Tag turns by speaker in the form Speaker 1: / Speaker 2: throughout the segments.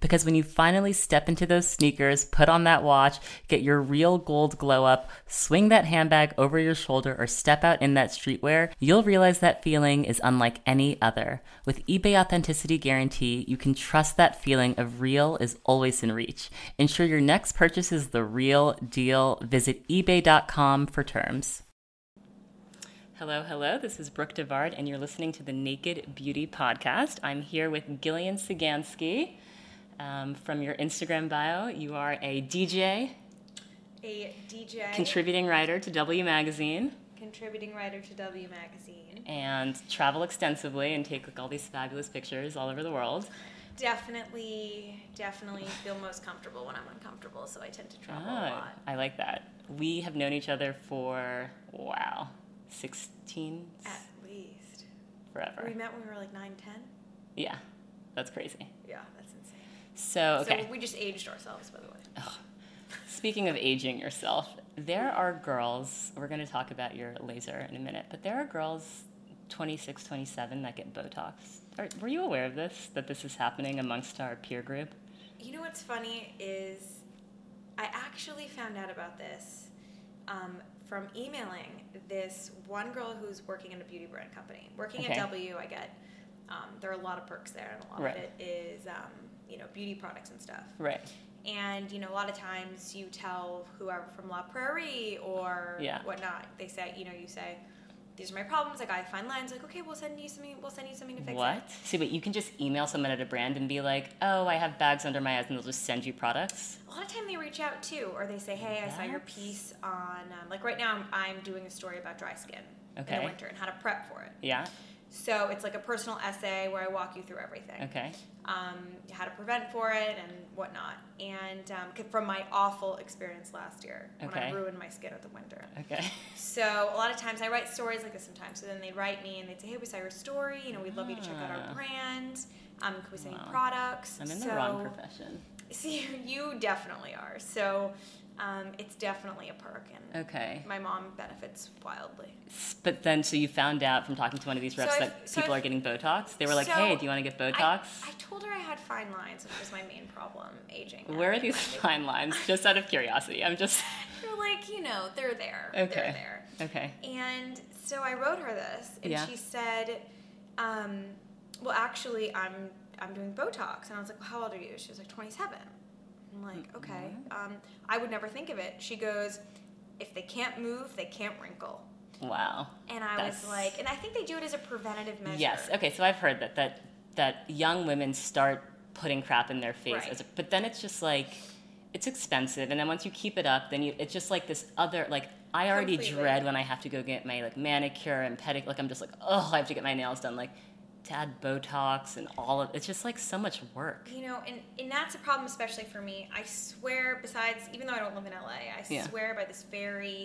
Speaker 1: Because when you finally step into those sneakers, put on that watch, get your real gold glow up, swing that handbag over your shoulder, or step out in that streetwear, you'll realize that feeling is unlike any other. With eBay Authenticity Guarantee, you can trust that feeling of real is always in reach. Ensure your next purchase is the real deal. Visit eBay.com for terms. Hello, hello. This is Brooke Devard, and you're listening to the Naked Beauty Podcast. I'm here with Gillian Sagansky. Um, from your Instagram bio, you are a DJ,
Speaker 2: a DJ,
Speaker 1: contributing writer to W Magazine,
Speaker 2: contributing writer to W Magazine.
Speaker 1: and travel extensively and take like all these fabulous pictures all over the world.
Speaker 2: Definitely, definitely feel most comfortable when I'm uncomfortable, so I tend to travel a
Speaker 1: Ah,
Speaker 2: lot.
Speaker 1: I like that. We have known each other for wow, sixteen
Speaker 2: At least. We
Speaker 1: forever.
Speaker 2: met when we were like 9, 10.
Speaker 1: Yeah, that's crazy.
Speaker 2: Yeah, that's insane.
Speaker 1: So okay.
Speaker 2: So we just aged ourselves, by the way.
Speaker 1: Speaking of aging yourself, there are girls, we're going to talk about your laser in a minute, but there are girls 26, 27 that get Botox. Are, were you aware of this, that this is happening amongst our peer group?
Speaker 2: You know what's funny is I actually found out about this um, from emailing this one girl who's working in a beauty brand company. Working at
Speaker 1: Okay.
Speaker 2: W, I get um, there are a lot of perks there, and a lot
Speaker 1: Right.
Speaker 2: of it is um, you know beauty products and stuff.
Speaker 1: Right.
Speaker 2: And you know, a lot of times you tell whoever from La Prairie or
Speaker 1: Yeah.
Speaker 2: whatnot, they say, you know, you say, "These are my problems." Like I find lines, like, "Okay, we'll send you something. We'll send you something to fix it."
Speaker 1: What? See, but you can just email someone at a brand and be like, oh, I have bags under my eyes, and they'll just send you products.
Speaker 2: A lot of time they reach out too, or they say, "Hey, I saw your
Speaker 1: That's-
Speaker 2: piece on." Um, like right now, I'm, I'm doing a story about dry skin in
Speaker 1: Okay.
Speaker 2: the winter and how to prep for it.
Speaker 1: Yeah?
Speaker 2: So it's like a personal essay where I walk you through everything.
Speaker 1: Okay.
Speaker 2: um, how to prevent for it and whatnot. And um, c- from my awful experience last year when I
Speaker 1: Okay.
Speaker 2: ruined my skin at the winter.
Speaker 1: Okay.
Speaker 2: So a lot of times I write stories like this sometimes. So then they write me and they'd say, hey, we saw your story. You know, we'd love you to check out
Speaker 1: Ah.
Speaker 2: our brand. Um, can we send
Speaker 1: Wow.
Speaker 2: you products?
Speaker 1: I'm in the
Speaker 2: so,
Speaker 1: wrong profession.
Speaker 2: See, you definitely are. So um, it's definitely a perk. And
Speaker 1: Okay.
Speaker 2: my mom benefits wildly.
Speaker 1: S- But then, so you found out from talking to one of these
Speaker 2: So
Speaker 1: reps
Speaker 2: I've-
Speaker 1: that
Speaker 2: so
Speaker 1: people
Speaker 2: I've-
Speaker 1: are getting Botox? They were like,
Speaker 2: So
Speaker 1: hey, do you want to get
Speaker 2: I-
Speaker 1: Botox?
Speaker 2: I, told her I had fine lines, which was my main problem, aging.
Speaker 1: Where are
Speaker 2: That
Speaker 1: these
Speaker 2: reminded
Speaker 1: fine lines? Just out of curiosity. I'm just.
Speaker 2: They're like, you know, they're there.
Speaker 1: Okay.
Speaker 2: They're there.
Speaker 1: Okay.
Speaker 2: And so I wrote her this, and
Speaker 1: Yeah.
Speaker 2: she said, um, well, actually, I'm I'm doing Botox. And I was like, well, how old are you? She was like, 27. I'm
Speaker 1: Mm,
Speaker 2: like, okay. Um, I would never think of it. She goes, if they can't move, they can't wrinkle.
Speaker 1: Wow.
Speaker 2: And I
Speaker 1: That's-
Speaker 2: was like, and I think they do it as a preventative measure.
Speaker 1: Yes. Okay. So I've heard that that that young women start putting crap in their face,
Speaker 2: Right.
Speaker 1: as a, but then it's just like it's expensive, and then once you keep it up, then you it's just like this other like I already
Speaker 2: Completely.
Speaker 1: dread when I have to go get my like manicure and pedicure. Like I'm just like oh I have to get my nails done like to add Botox and all of it's just like so much work.
Speaker 2: You know, and, and that's a problem, especially for me. I swear, besides, even though I don't live in LA, I
Speaker 1: Yeah.
Speaker 2: swear by this very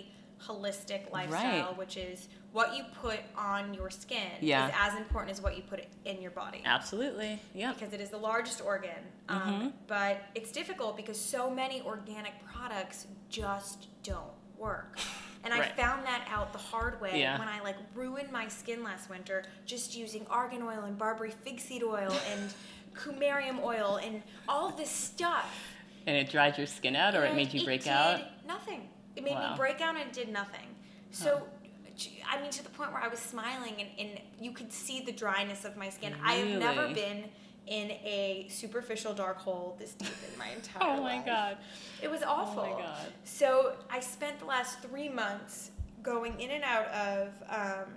Speaker 2: holistic lifestyle,
Speaker 1: Right.
Speaker 2: which is what you put on your skin
Speaker 1: Yeah.
Speaker 2: is as important as what you put in your body.
Speaker 1: Absolutely. Yep. Mm-hmm.
Speaker 2: Because it is the largest organ. Um, But it's difficult because so many organic products just don't work. And I
Speaker 1: Right.
Speaker 2: found that out the hard way
Speaker 1: Yeah.
Speaker 2: when I like ruined my skin last winter just using argan oil and barberry fig seed oil and cumarium oil and all this stuff.
Speaker 1: And it dried your skin out, or it
Speaker 2: And
Speaker 1: made you break
Speaker 2: did
Speaker 1: out.
Speaker 2: Nothing. It made
Speaker 1: Wow.
Speaker 2: me break out and it did nothing. So, j- I mean, to the point where I was smiling and, and you could see the dryness of my skin. I have never
Speaker 1: Really?
Speaker 2: been in a superficial dark hole this deep in my entire
Speaker 1: Oh my
Speaker 2: life.
Speaker 1: god. Oh
Speaker 2: It was awful.
Speaker 1: God.
Speaker 2: So I spent the last three months going in and out of um,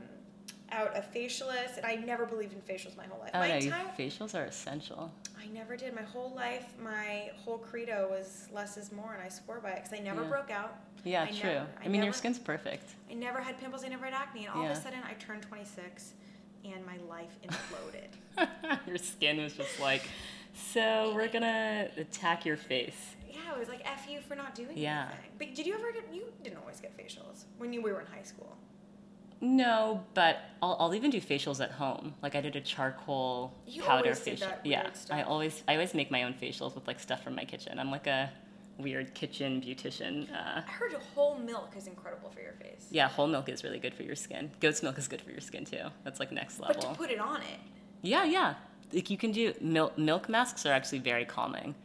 Speaker 2: out a facialist, and I never believed in facials my whole life.
Speaker 1: Oh,
Speaker 2: my
Speaker 1: no, your
Speaker 2: entire
Speaker 1: facials are essential.
Speaker 2: I never did. My whole life, my whole credo was less is more, and I swore by it because I never
Speaker 1: Yeah.
Speaker 2: broke out.
Speaker 1: Yeah,
Speaker 2: I
Speaker 1: true.
Speaker 2: never-
Speaker 1: I,
Speaker 2: I
Speaker 1: mean, your
Speaker 2: never-
Speaker 1: skin's perfect.
Speaker 2: I never had pimples. I never had acne. And all of
Speaker 1: Yeah.
Speaker 2: a sudden, I turned 26, and my life imploded.
Speaker 1: your skin was just like, so we're gonna attack your face.
Speaker 2: yeah, it was like f you for not doing
Speaker 1: Yeah.
Speaker 2: anything. But did you ever get? You didn't always get facials when you we were in high school.
Speaker 1: No, but I'll, I'll even do facials at home. Like I did a charcoal
Speaker 2: You
Speaker 1: powder
Speaker 2: always did
Speaker 1: facial.
Speaker 2: that
Speaker 1: yeah,
Speaker 2: weird stuff.
Speaker 1: I always I always make my own facials with like stuff from my kitchen. I'm like a weird kitchen beautician. Uh,
Speaker 2: I heard whole milk is incredible for your face.
Speaker 1: yeah, whole milk is really good for your skin. Goat's milk is good for your skin too. That's like next
Speaker 2: But
Speaker 1: level.
Speaker 2: to put it on it,
Speaker 1: yeah, yeah. Like you can do milk. Milk masks are actually very calming.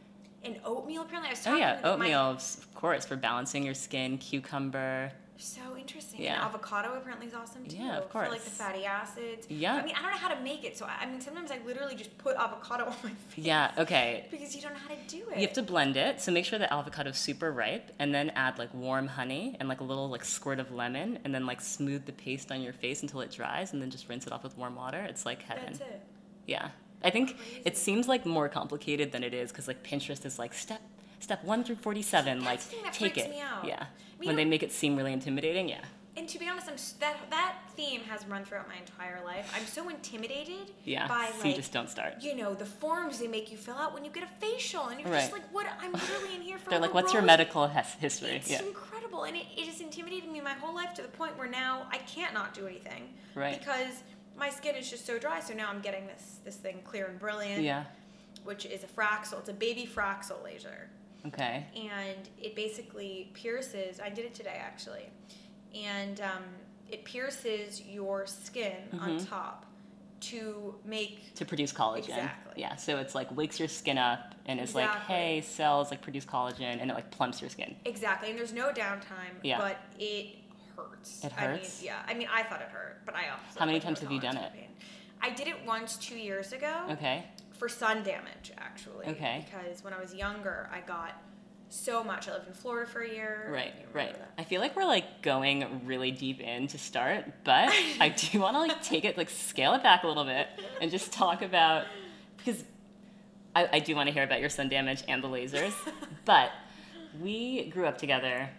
Speaker 2: and oatmeal. Apparently, I was
Speaker 1: Oh
Speaker 2: talking
Speaker 1: yeah,
Speaker 2: to my-
Speaker 1: oatmeal of course for balancing your skin. Cucumber.
Speaker 2: So interesting.
Speaker 1: Yeah.
Speaker 2: And avocado apparently is awesome too.
Speaker 1: Yeah, of
Speaker 2: For like the
Speaker 1: course.
Speaker 2: fatty acids.
Speaker 1: Yeah.
Speaker 2: I mean, I don't know how to make it, so I, I mean, sometimes I literally just put avocado on my face.
Speaker 1: Yeah. Okay.
Speaker 2: Because you don't know how to do it.
Speaker 1: You have to blend it, so make sure the avocado's super ripe, and then add like warm honey and like a little like squirt of lemon, and then like smooth the paste on your face until it dries, and then just rinse it off with warm water. It's like heaven.
Speaker 2: That's it.
Speaker 1: Yeah, I think it
Speaker 2: Crazy.
Speaker 1: seems like more complicated than it is because like Pinterest is like step step one through forty seven,
Speaker 2: That's
Speaker 1: like
Speaker 2: the thing that
Speaker 1: take
Speaker 2: freaks
Speaker 1: it.
Speaker 2: me out.
Speaker 1: Yeah,
Speaker 2: We
Speaker 1: when they
Speaker 2: don't-
Speaker 1: make it seem really intimidating, yeah,
Speaker 2: And to be honest, I'm s- that that theme has run throughout my entire life. I'm so intimidated
Speaker 1: yeah.
Speaker 2: by
Speaker 1: so
Speaker 2: like
Speaker 1: you just don't start.
Speaker 2: you know the forms they make you fill out when you get a facial, and you're just
Speaker 1: Right.
Speaker 2: like, what? I'm literally in here for.
Speaker 1: They're like, what's your
Speaker 2: medical?
Speaker 1: medical hes- history?
Speaker 2: It's
Speaker 1: Yeah,
Speaker 2: incredible, and it, it has intimidated me my whole life to the point where now I can't not do anything
Speaker 1: Right.
Speaker 2: because my skin is just so dry. So now I'm getting this this thing clear and brilliant,
Speaker 1: yeah.
Speaker 2: which is a Fraxel. It's a baby Fraxel laser,
Speaker 1: Okay.
Speaker 2: and it basically pierces. I did it today actually, and um, it pierces your skin
Speaker 1: Mm-hmm.
Speaker 2: on top to make
Speaker 1: to produce collagen.
Speaker 2: Exactly.
Speaker 1: Yeah, so it's like wakes your skin up and is like,
Speaker 2: Exactly.
Speaker 1: hey, cells like produce collagen, and it like plumps your skin.
Speaker 2: Exactly, and there's no downtime,
Speaker 1: Yeah.
Speaker 2: but it hurts.
Speaker 1: It
Speaker 2: I mean,
Speaker 1: hurts?
Speaker 2: yeah, I mean, I thought it hurt, but I also.
Speaker 1: How many
Speaker 2: thought it
Speaker 1: times
Speaker 2: was
Speaker 1: have you done
Speaker 2: always
Speaker 1: it?
Speaker 2: pain. I did it once two years ago
Speaker 1: Okay.
Speaker 2: for sun damage, actually.
Speaker 1: Okay.
Speaker 2: Because when I was younger, I got so much. I lived in Florida for a year.
Speaker 1: Right,
Speaker 2: You remember
Speaker 1: right.
Speaker 2: that.
Speaker 1: I feel like we're like going really deep in to start, but I do want to like take it, like scale it back a little bit and just talk about because I, I do want to hear about your sun damage and the lasers, but we grew up together.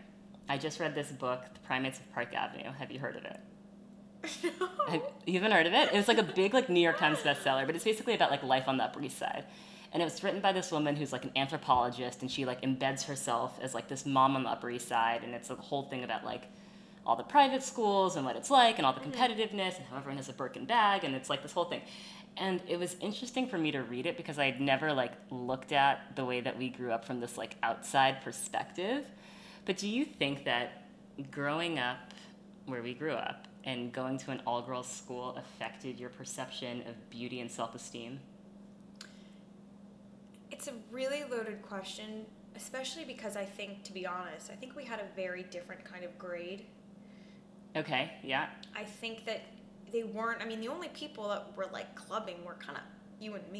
Speaker 1: I just read this book, The Primates of Park Avenue. Have you heard of it? Have, you haven't heard of it? It was like a big like New York Times bestseller, but it's basically about like life on the Upper East Side. And it was written by this woman who's like an anthropologist, and she like embeds herself as like this mom on the Upper East Side, and it's a whole thing about like all the private schools and what it's like, and all the competitiveness, and how everyone has a Birkin bag, and it's like this whole thing. And it was interesting for me to read it because I had never like looked at the way that we grew up from this like outside perspective. But do you think that growing up where we grew up and going to an all girls school affected your perception of beauty and self esteem?
Speaker 2: It's a really loaded question, especially because I think, to be honest, I think we had a very different kind of grade
Speaker 1: Okay, yeah.
Speaker 2: I think that they weren't. I mean, the only people that were like clubbing were kind of you and me.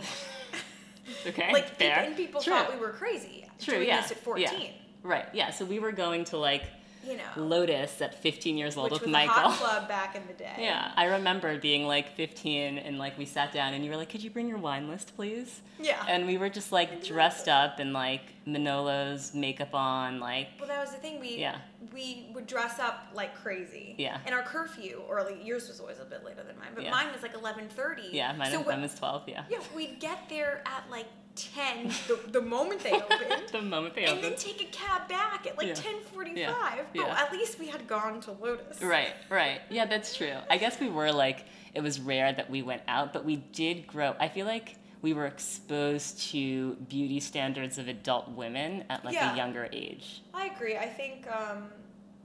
Speaker 1: Okay,
Speaker 2: like, peop-
Speaker 1: fair.
Speaker 2: and people
Speaker 1: True.
Speaker 2: thought we were crazy.
Speaker 1: True,
Speaker 2: doing
Speaker 1: yeah.
Speaker 2: This at
Speaker 1: yeah.
Speaker 2: fourteen,
Speaker 1: Right, yeah. So we were going to like
Speaker 2: you know,
Speaker 1: Lotus at 15 years old
Speaker 2: Oh. which
Speaker 1: with
Speaker 2: was
Speaker 1: Michael.
Speaker 2: a hot club back in the day.
Speaker 1: Yeah, I remember being like 15 and like we sat down and you were like, could you bring your wine list, please?
Speaker 2: Yeah.
Speaker 1: And we were just like dressed up and like Manolo's makeup on, like,
Speaker 2: well, that was the thing. We
Speaker 1: Yeah.
Speaker 2: we would dress up like crazy.
Speaker 1: Yeah.
Speaker 2: And our curfew, or like yours was always a bit later than mine, but
Speaker 1: Yeah.
Speaker 2: mine was like eleven thirty.
Speaker 1: yeah, mine,
Speaker 2: so
Speaker 1: mine
Speaker 2: we-
Speaker 1: was 12, yeah.
Speaker 2: Yeah, we'd get there at like ten, the, the moment they opened.
Speaker 1: the moment they
Speaker 2: and then
Speaker 1: opened.
Speaker 2: take a cab back at like
Speaker 1: Yeah.
Speaker 2: 10:45.
Speaker 1: Yeah.
Speaker 2: But
Speaker 1: Yeah.
Speaker 2: at least we had gone to Lotus.
Speaker 1: Right, right. Yeah, that's true. I guess we were like, it was rare that we went out, but we did grow. I feel like we were exposed to beauty standards of adult women at like a
Speaker 2: Yeah.
Speaker 1: younger age.
Speaker 2: I agree. I think um,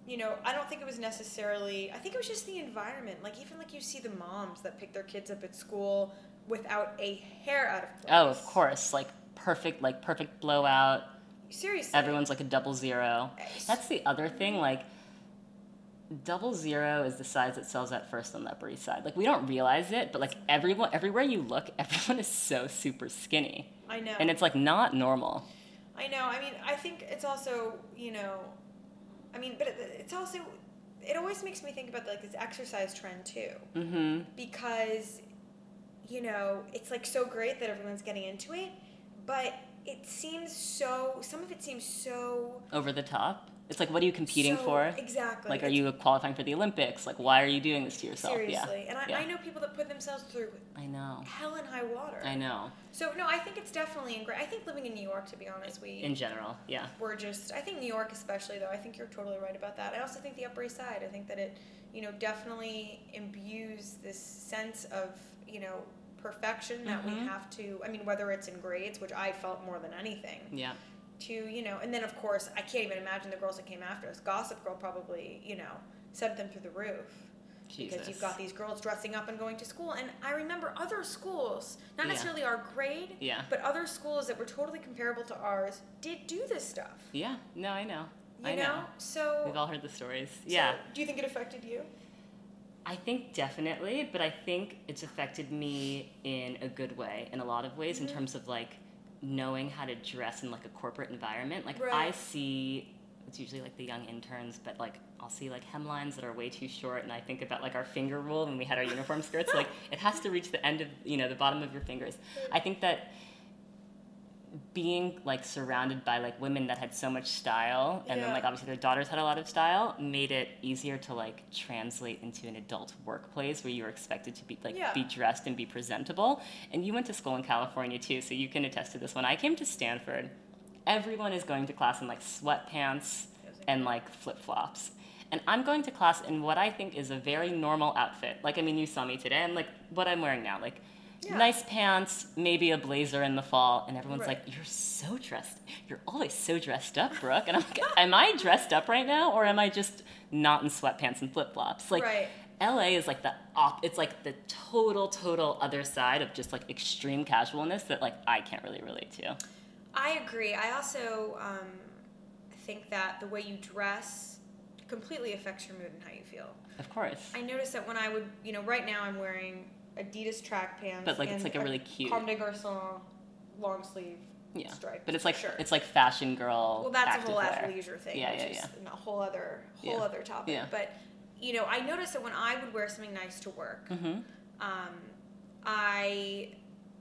Speaker 2: you know, I don't think it was necessarily. I think it was just the environment. Like even like you see the moms that pick their kids up at school without a hair out of place.
Speaker 1: Oh, of course. Like perfect, like perfect blowout.
Speaker 2: Seriously.
Speaker 1: Everyone's like a double zero.
Speaker 2: Nice.
Speaker 1: That's the other thing. Like, double zero is the size that sells out first on the Upper East Side. Like, we don't realize it, but like everyone, everywhere you look, everyone is so super skinny,
Speaker 2: I know.
Speaker 1: and it's like not normal.
Speaker 2: I know. I mean, I think it's also, you know, I mean, but it- it's also it always makes me think about like this exercise trend too
Speaker 1: Mm-hmm.
Speaker 2: because you know it's like so great that everyone's getting into it but it seems so some of it seems so
Speaker 1: Over the top. It's like, what are you competing
Speaker 2: so-
Speaker 1: for?
Speaker 2: exactly
Speaker 1: Like, are
Speaker 2: It's-
Speaker 1: you qualifying for the Olympics? Like, why are you doing this to yourself?
Speaker 2: seriously and I,
Speaker 1: Yeah.
Speaker 2: I know people that put themselves through
Speaker 1: Yeah. I know.
Speaker 2: hell and high water
Speaker 1: I know.
Speaker 2: so no i think it's definitely in i think living in new york to be honest we
Speaker 1: In general, yeah.
Speaker 2: we're just i think new york especially though i think you're totally right about that i also think the upper east side i think that it you know definitely imbues this sense of you know perfection that we
Speaker 1: Mhm.
Speaker 2: have to i mean whether it's in grades which i felt more than anything
Speaker 1: Yeah.
Speaker 2: to you know and then of course i can't even imagine the girls that came after us gossip girl probably you know sent them through the roof
Speaker 1: Jesus.
Speaker 2: because you've got these girls dressing up and going to school and i remember other schools not
Speaker 1: Yeah.
Speaker 2: necessarily our grade
Speaker 1: Yeah.
Speaker 2: but other schools that were totally comparable to ours did do this stuff
Speaker 1: Yeah. No, I know.
Speaker 2: you
Speaker 1: I
Speaker 2: know?
Speaker 1: know.
Speaker 2: So
Speaker 1: We've all heard the stories.
Speaker 2: so
Speaker 1: Yeah.
Speaker 2: do you think it affected you?
Speaker 1: I think definitely, but I think it's affected me in a good way in a lot of ways in terms of like knowing how to dress in like a corporate environment. Like I
Speaker 2: Right.
Speaker 1: see it's usually like the young interns, but like I'll see like hemlines that are way too short and I think about like our finger rule when we had our uniform skirts like it has to reach the end of, you know, the bottom of your fingers. I think that being like surrounded by like women that had so much style and then
Speaker 2: Yeah.
Speaker 1: like obviously their daughters had a lot of style made it easier to like translate into an adult workplace where you were expected to be like
Speaker 2: Yeah.
Speaker 1: be dressed and be presentable and you went to school in california too so you can attest to this one i came to stanford everyone is going to class in like sweatpants and like flip-flops and i'm going to class in what i think is a very normal outfit like i mean you saw me today and like what i'm wearing now like
Speaker 2: Yeah.
Speaker 1: nice pants maybe a blazer in the fall and everyone's
Speaker 2: Right.
Speaker 1: like you're so dressed you're always so dressed up brooke and i'm like am i dressed up right now or am i just not in sweatpants and flip-flops like
Speaker 2: Right.
Speaker 1: la is like the op it's like the total total other side of just like extreme casualness that like i can't really relate to
Speaker 2: I agree. I also um, think that the way you dress completely affects your mood and how you feel.
Speaker 1: of course
Speaker 2: I noticed that when I would, you know, right now I'm wearing Adidas track pants,
Speaker 1: But, like, it's,
Speaker 2: and
Speaker 1: like, a really cute-
Speaker 2: Comme des Garçons long sleeve
Speaker 1: yeah
Speaker 2: striped
Speaker 1: but it's like
Speaker 2: shirt.
Speaker 1: it's like fashion girl
Speaker 2: Well, that's a
Speaker 1: active
Speaker 2: whole
Speaker 1: wear.
Speaker 2: athleisure thing,
Speaker 1: Yeah,
Speaker 2: which
Speaker 1: yeah,
Speaker 2: is
Speaker 1: yeah.
Speaker 2: a whole other whole
Speaker 1: Yeah.
Speaker 2: other topic.
Speaker 1: Yeah.
Speaker 2: But you know, I noticed that when I would wear something nice to work,
Speaker 1: Mhm.
Speaker 2: um, I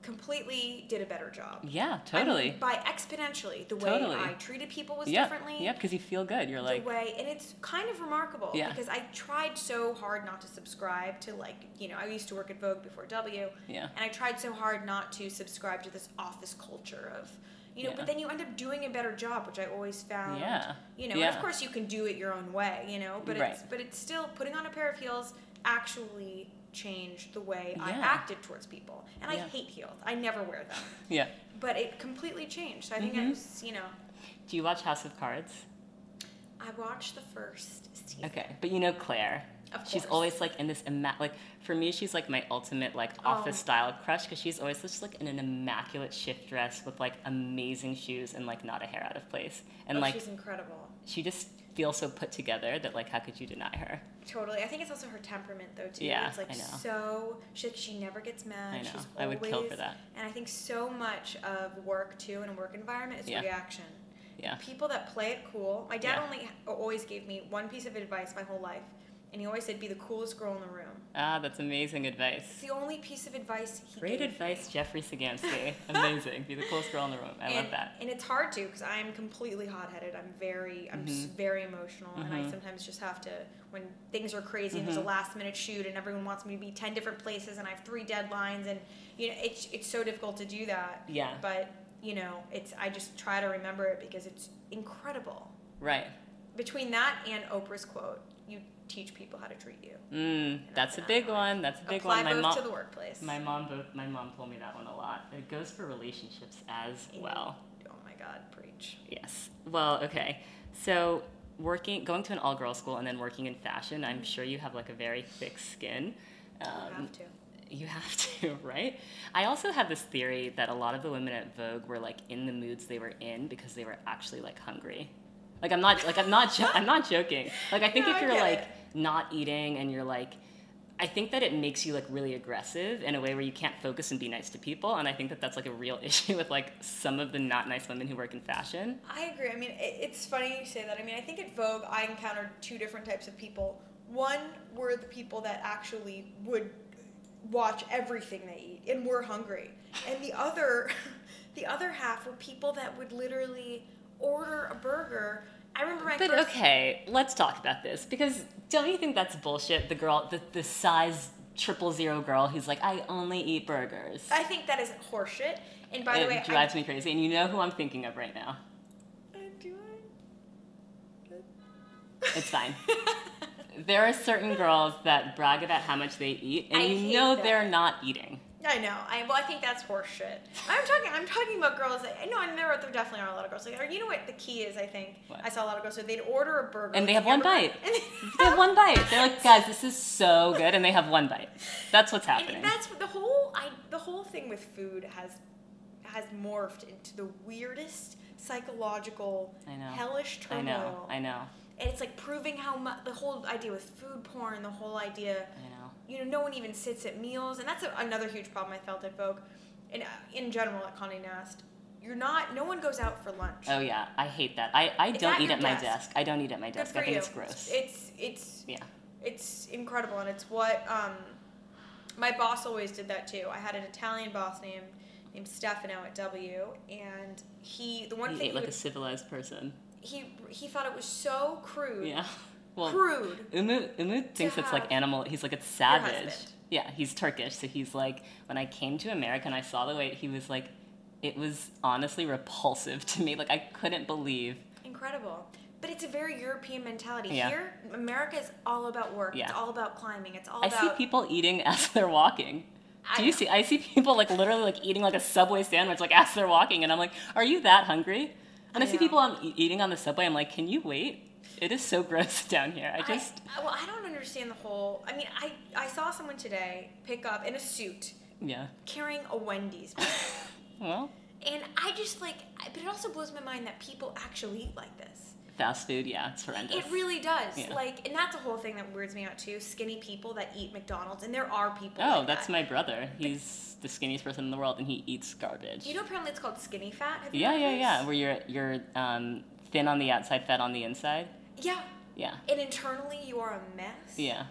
Speaker 2: completely did a better job.
Speaker 1: yeah
Speaker 2: I mean,
Speaker 1: totally
Speaker 2: by exponentially, the way
Speaker 1: Totally.
Speaker 2: I treated people was
Speaker 1: yeah
Speaker 2: differently.
Speaker 1: yeah because you feel good you're like
Speaker 2: the way, and it's kind of remarkable
Speaker 1: Yeah.
Speaker 2: because I tried so hard not to subscribe to like you know I used to work at Vogue before W,
Speaker 1: yeah
Speaker 2: and I tried so hard not to subscribe to this office culture of you know.
Speaker 1: Yeah.
Speaker 2: But then you end up doing a better job, which I always found.
Speaker 1: yeah
Speaker 2: You know, and
Speaker 1: Yeah.
Speaker 2: of course you can do it your own way. You know, but it's
Speaker 1: Right.
Speaker 2: but it's still putting on a pair of heels actually changed the way I
Speaker 1: Yeah.
Speaker 2: acted towards people, and I
Speaker 1: Yeah.
Speaker 2: hate heels. I never wear them
Speaker 1: yeah
Speaker 2: but it completely changed. I think I
Speaker 1: Mhm.
Speaker 2: was, you know,
Speaker 1: do you watch house of cards
Speaker 2: I watched the first season.
Speaker 1: okay but you know claire
Speaker 2: Of
Speaker 1: She's
Speaker 2: course.
Speaker 1: always like in this imma- like for me she's like my ultimate like
Speaker 2: Oh.
Speaker 1: office style crush because she's always just like in an immaculate shift dress with like amazing shoes and like not a hair out of place and
Speaker 2: Oh,
Speaker 1: like
Speaker 2: she's incredible.
Speaker 1: she just feels so put together that like how could you deny her?
Speaker 2: Totally. I think it's also her temperament though too.
Speaker 1: Yeah,
Speaker 2: It's like
Speaker 1: I know.
Speaker 2: so she like, she never gets mad.
Speaker 1: I know
Speaker 2: She's
Speaker 1: I would kill for
Speaker 2: always-
Speaker 1: that.
Speaker 2: And I think so much of work too in a work environment is
Speaker 1: Yeah.
Speaker 2: reaction.
Speaker 1: Yeah,
Speaker 2: People that play it cool. My dad
Speaker 1: Yeah.
Speaker 2: only always gave me one piece of advice my whole life, and he always said, "Be the coolest girl in the room."
Speaker 1: ah, that's amazing advice.
Speaker 2: It's the only piece of advice he
Speaker 1: Great
Speaker 2: gave me.
Speaker 1: advice, Jeffrey Sagansky. amazing. Be the coolest girl in the room. I
Speaker 2: and,
Speaker 1: love that.
Speaker 2: And it's hard to because I'm completely hot-headed. I'm very, I'm
Speaker 1: Mm-hmm.
Speaker 2: s- very emotional, and I
Speaker 1: Mhm.
Speaker 2: sometimes just have to when things are crazy and there's
Speaker 1: Mm-hmm.
Speaker 2: a last-minute shoot and everyone wants me to be ten different places and I have three deadlines and you know it's it's so difficult to do that.
Speaker 1: Yeah.
Speaker 2: But you know, it's I just try to remember it because it's incredible.
Speaker 1: Right.
Speaker 2: Between that and Oprah's quote, you teach people how to treat you.
Speaker 1: Mm, that's a big one. That's a big
Speaker 2: Apply
Speaker 1: one. My
Speaker 2: both
Speaker 1: mom.
Speaker 2: to the workplace.
Speaker 1: my mom. Both, my mom told me that one a lot. It goes for relationships as
Speaker 2: And-
Speaker 1: well.
Speaker 2: Oh my God, preach.
Speaker 1: Yes. Well, okay. So working, going to an all-girl school, and then working in fashion, I'm sure you have like a very thick skin.
Speaker 2: Mm-hmm. you
Speaker 1: Um,
Speaker 2: have to.
Speaker 1: you have to, right? I also have this theory that a lot of the women at Vogue were like in the moods they were in because they were actually like hungry. Like I'm not like I'm not jo- I'm not joking. Like I think
Speaker 2: No,
Speaker 1: if
Speaker 2: I
Speaker 1: you're
Speaker 2: get
Speaker 1: like
Speaker 2: it.
Speaker 1: not eating and you're like I think that it makes you like really aggressive in a way where you can't focus and be nice to people and I think that that's like a real issue with like some of the not nice women who work in fashion.
Speaker 2: I agree. I mean, it, it's funny you say that. I mean, I think at Vogue, I encountered two different types of people. one were the people that actually would watch everything they eat and were hungry, and the other, the other half were people that would literally order a burger. I remember my
Speaker 1: But
Speaker 2: first
Speaker 1: okay, let's talk about this because don't you think that's bullshit? The girl, the, the size triple zero girl who's like, I only eat burgers.
Speaker 2: I think that is horseshit. And by
Speaker 1: it
Speaker 2: the way,
Speaker 1: drives me crazy. And you know who I'm thinking of right now.
Speaker 2: I, uh, do
Speaker 1: It's fine.
Speaker 2: I?
Speaker 1: there are certain girls that brag about how much they eat, and
Speaker 2: I
Speaker 1: you
Speaker 2: hate
Speaker 1: know
Speaker 2: that.
Speaker 1: they're not eating.
Speaker 2: I know. I well, I think that's horseshit. I'm talking. I'm talking about girls. That, no, I mean, there are there definitely are a lot of girls like. that. You know what the key is? I think
Speaker 1: What?
Speaker 2: I saw a lot of girls. So they'd order a burger
Speaker 1: And they have
Speaker 2: a
Speaker 1: one
Speaker 2: hamburger,
Speaker 1: bite.
Speaker 2: And
Speaker 1: They have one bite. They're like, guys, this is so good, and they have one bite. That's what's
Speaker 2: and
Speaker 1: happening.
Speaker 2: that's what the whole. I the whole thing with food has has morphed into the weirdest psychological
Speaker 1: I know.
Speaker 2: hellish
Speaker 1: I
Speaker 2: turmoil.
Speaker 1: know. I know.
Speaker 2: And it's like proving how much the whole idea with food porn, the whole idea
Speaker 1: I know.
Speaker 2: you know, no one even sits at meals, and that's a, another huge problem I felt at Vogue, and uh, in general at Condé Nast. You're not. No one goes out for lunch.
Speaker 1: Oh yeah, I hate that. I, I
Speaker 2: It's
Speaker 1: don't
Speaker 2: at
Speaker 1: eat
Speaker 2: your
Speaker 1: at my
Speaker 2: desk.
Speaker 1: desk. I don't eat at my
Speaker 2: Good
Speaker 1: desk.
Speaker 2: for
Speaker 1: I think
Speaker 2: you.
Speaker 1: it's gross.
Speaker 2: It's it's
Speaker 1: yeah.
Speaker 2: it's incredible, and it's what um, my boss always did that too. I had an Italian boss named named Stefano at W, and he the one
Speaker 1: You
Speaker 2: thing
Speaker 1: ate
Speaker 2: he,
Speaker 1: like a
Speaker 2: would-
Speaker 1: civilized person.
Speaker 2: he he thought it was so crude.
Speaker 1: Yeah. Well,
Speaker 2: crude.
Speaker 1: Umu Umu thinks it's like
Speaker 2: have
Speaker 1: animal. He's like it's savage.
Speaker 2: husband.
Speaker 1: Yeah, he's Turkish, so he's like when I came to America and I saw the way he was like, it was honestly repulsive to me. Like I couldn't believe.
Speaker 2: Incredible. But it's a very European mentality.
Speaker 1: Yeah.
Speaker 2: Here, America is all about work. It's
Speaker 1: Yeah.
Speaker 2: all about climbing. It's all
Speaker 1: I
Speaker 2: about
Speaker 1: see people eating as they're walking.
Speaker 2: I
Speaker 1: Do you
Speaker 2: know.
Speaker 1: see? I see people like literally like eating like a subway sandwich like as they're walking, and I'm like, are you that hungry? And
Speaker 2: I
Speaker 1: I, see
Speaker 2: know.
Speaker 1: people on, e- eating on the subway. I'm like, can you wait? It is so gross down here. I
Speaker 2: I-
Speaker 1: just
Speaker 2: I, well, I don't understand the whole. I mean, I I saw someone today pick up in a suit
Speaker 1: yeah.
Speaker 2: carrying a Wendy's, bag.
Speaker 1: Well,
Speaker 2: and I just like. I- But it also blows my mind that people actually eat like this.
Speaker 1: fast food. Yeah, it's horrendous.
Speaker 2: It really does.
Speaker 1: Yeah.
Speaker 2: Like, and that's a whole thing that weirds me out too. Skinny people that eat McDonald's, and there are people.
Speaker 1: Oh,
Speaker 2: like
Speaker 1: that's
Speaker 2: that.
Speaker 1: my brother. He's the skinniest person in the world, and he eats garbage.
Speaker 2: You know, apparently it's called skinny fat. Have you
Speaker 1: yeah,
Speaker 2: heard
Speaker 1: yeah,
Speaker 2: of
Speaker 1: yeah.
Speaker 2: this?
Speaker 1: Where you're you're um, thin on the outside, fat on the inside.
Speaker 2: Yeah,
Speaker 1: Yeah,
Speaker 2: and internally you are a mess.
Speaker 1: yeah,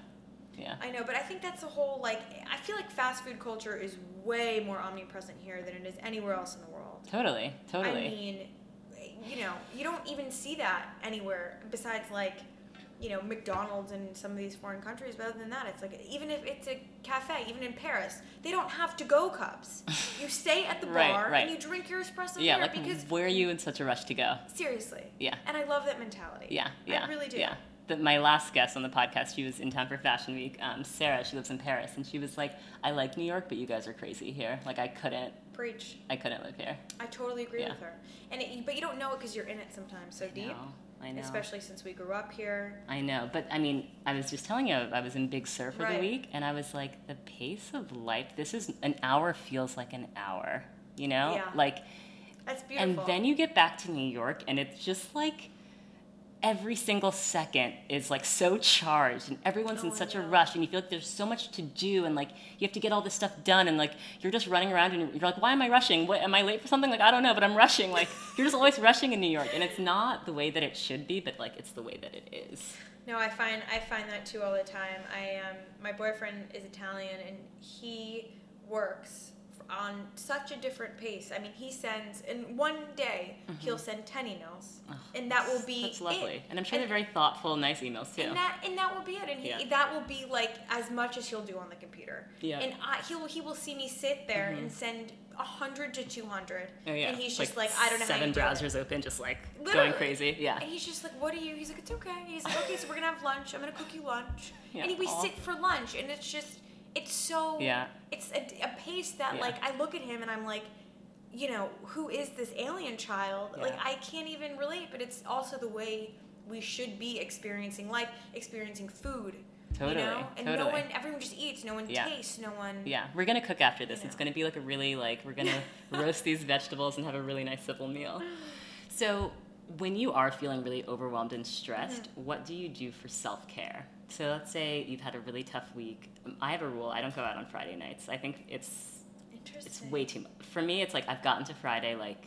Speaker 1: yeah.
Speaker 2: I know, but I think that's the whole like. I feel like fast food culture is way more omnipresent here than it is anywhere else in the world.
Speaker 1: Totally, totally.
Speaker 2: I mean, you know, you don't even see that anywhere besides like, you know, McDonald's in some of these foreign countries. But other than that, it's like even if it's a cafe, even in Paris, they don't have to-go cups. You stay at the
Speaker 1: Right,
Speaker 2: bar
Speaker 1: right.
Speaker 2: and you drink your espresso
Speaker 1: yeah,
Speaker 2: there
Speaker 1: like
Speaker 2: because
Speaker 1: where are you in such a rush to go?
Speaker 2: seriously.
Speaker 1: Yeah.
Speaker 2: And I love that mentality.
Speaker 1: Yeah, yeah.
Speaker 2: I really do.
Speaker 1: Yeah. The, my last guest on the podcast, she was in town for Fashion Week. Um, Sarah, she lives in Paris, and she was like, "I like New York, but you guys are crazy here. Like, I couldn't,
Speaker 2: Preach.
Speaker 1: I couldn't live here."
Speaker 2: I totally agree
Speaker 1: Yeah.
Speaker 2: with her. And it, but you don't know it because you're in it sometimes so deep.
Speaker 1: No, I know.
Speaker 2: Especially since we grew up here.
Speaker 1: I know, but I mean, I was just telling you, I was in Big Sur for the
Speaker 2: Right.
Speaker 1: week, and I was like, the pace of life. This is an hour feels like an hour, you know,
Speaker 2: Yeah.
Speaker 1: like.
Speaker 2: That's beautiful.
Speaker 1: And then you get back to New York, and it's just like every single second is like so charged, and everyone's in
Speaker 2: Oh, I
Speaker 1: such a
Speaker 2: know.
Speaker 1: rush, and you feel like there's so much to do, and like you have to get all this stuff done, and like you're just running around, and you're like, why am I rushing? What, am I late for something? Like I don't know, but I'm rushing. Like you're just always rushing in New York, and it's not the way that it should be, but like it's the way that it is.
Speaker 2: No, I find I find that too all the time. I um, my boyfriend is Italian and he works f- on such a different pace. I mean, he sends in one day he'll send ten emails, and that will be
Speaker 1: Mm-hmm. That's lovely.
Speaker 2: it.
Speaker 1: And I'm sure they're very thoughtful, nice emails too.
Speaker 2: And that and that will be it, and he,
Speaker 1: Yeah.
Speaker 2: that will be like as much as he'll do on the computer.
Speaker 1: Yeah. Mm-hmm.
Speaker 2: And I, he will he will see me sit there and send hundred to two hundred,
Speaker 1: oh, yeah.
Speaker 2: and he's just like, I don't know
Speaker 1: Seven
Speaker 2: how you do it."
Speaker 1: browsers open, just like
Speaker 2: Literally.
Speaker 1: going crazy. Yeah.
Speaker 2: And he's just like, "What are you?" He's like, "It's okay." He's like, "Okay, so we're gonna have lunch. I'm gonna cook you lunch."
Speaker 1: Yeah.
Speaker 2: And we
Speaker 1: Aw.
Speaker 2: sit for lunch, and it's just, it's so,
Speaker 1: Yeah.
Speaker 2: it's a, a pace that
Speaker 1: Yeah.
Speaker 2: like I look at him and I'm like, you know, who is this alien child? Like
Speaker 1: Yeah.
Speaker 2: I can't even relate, but it's also the way we should be experiencing life, experiencing food.
Speaker 1: Totally.
Speaker 2: You know? And
Speaker 1: totally.
Speaker 2: no one, everyone just eats. No one
Speaker 1: Yeah.
Speaker 2: tastes. No one.
Speaker 1: yeah, we're gonna cook after this.
Speaker 2: You
Speaker 1: It's
Speaker 2: know.
Speaker 1: gonna be like a really like we're gonna roast these vegetables and have a really nice simple meal. So when you are feeling really overwhelmed and stressed,
Speaker 2: Mm-hmm.
Speaker 1: what do you do for self care? So let's say you've had a really tough week. Um, I have a rule: I don't go out on Friday nights. I think it's
Speaker 2: Interesting.
Speaker 1: it's way too much for me. It's like I've gotten to Friday like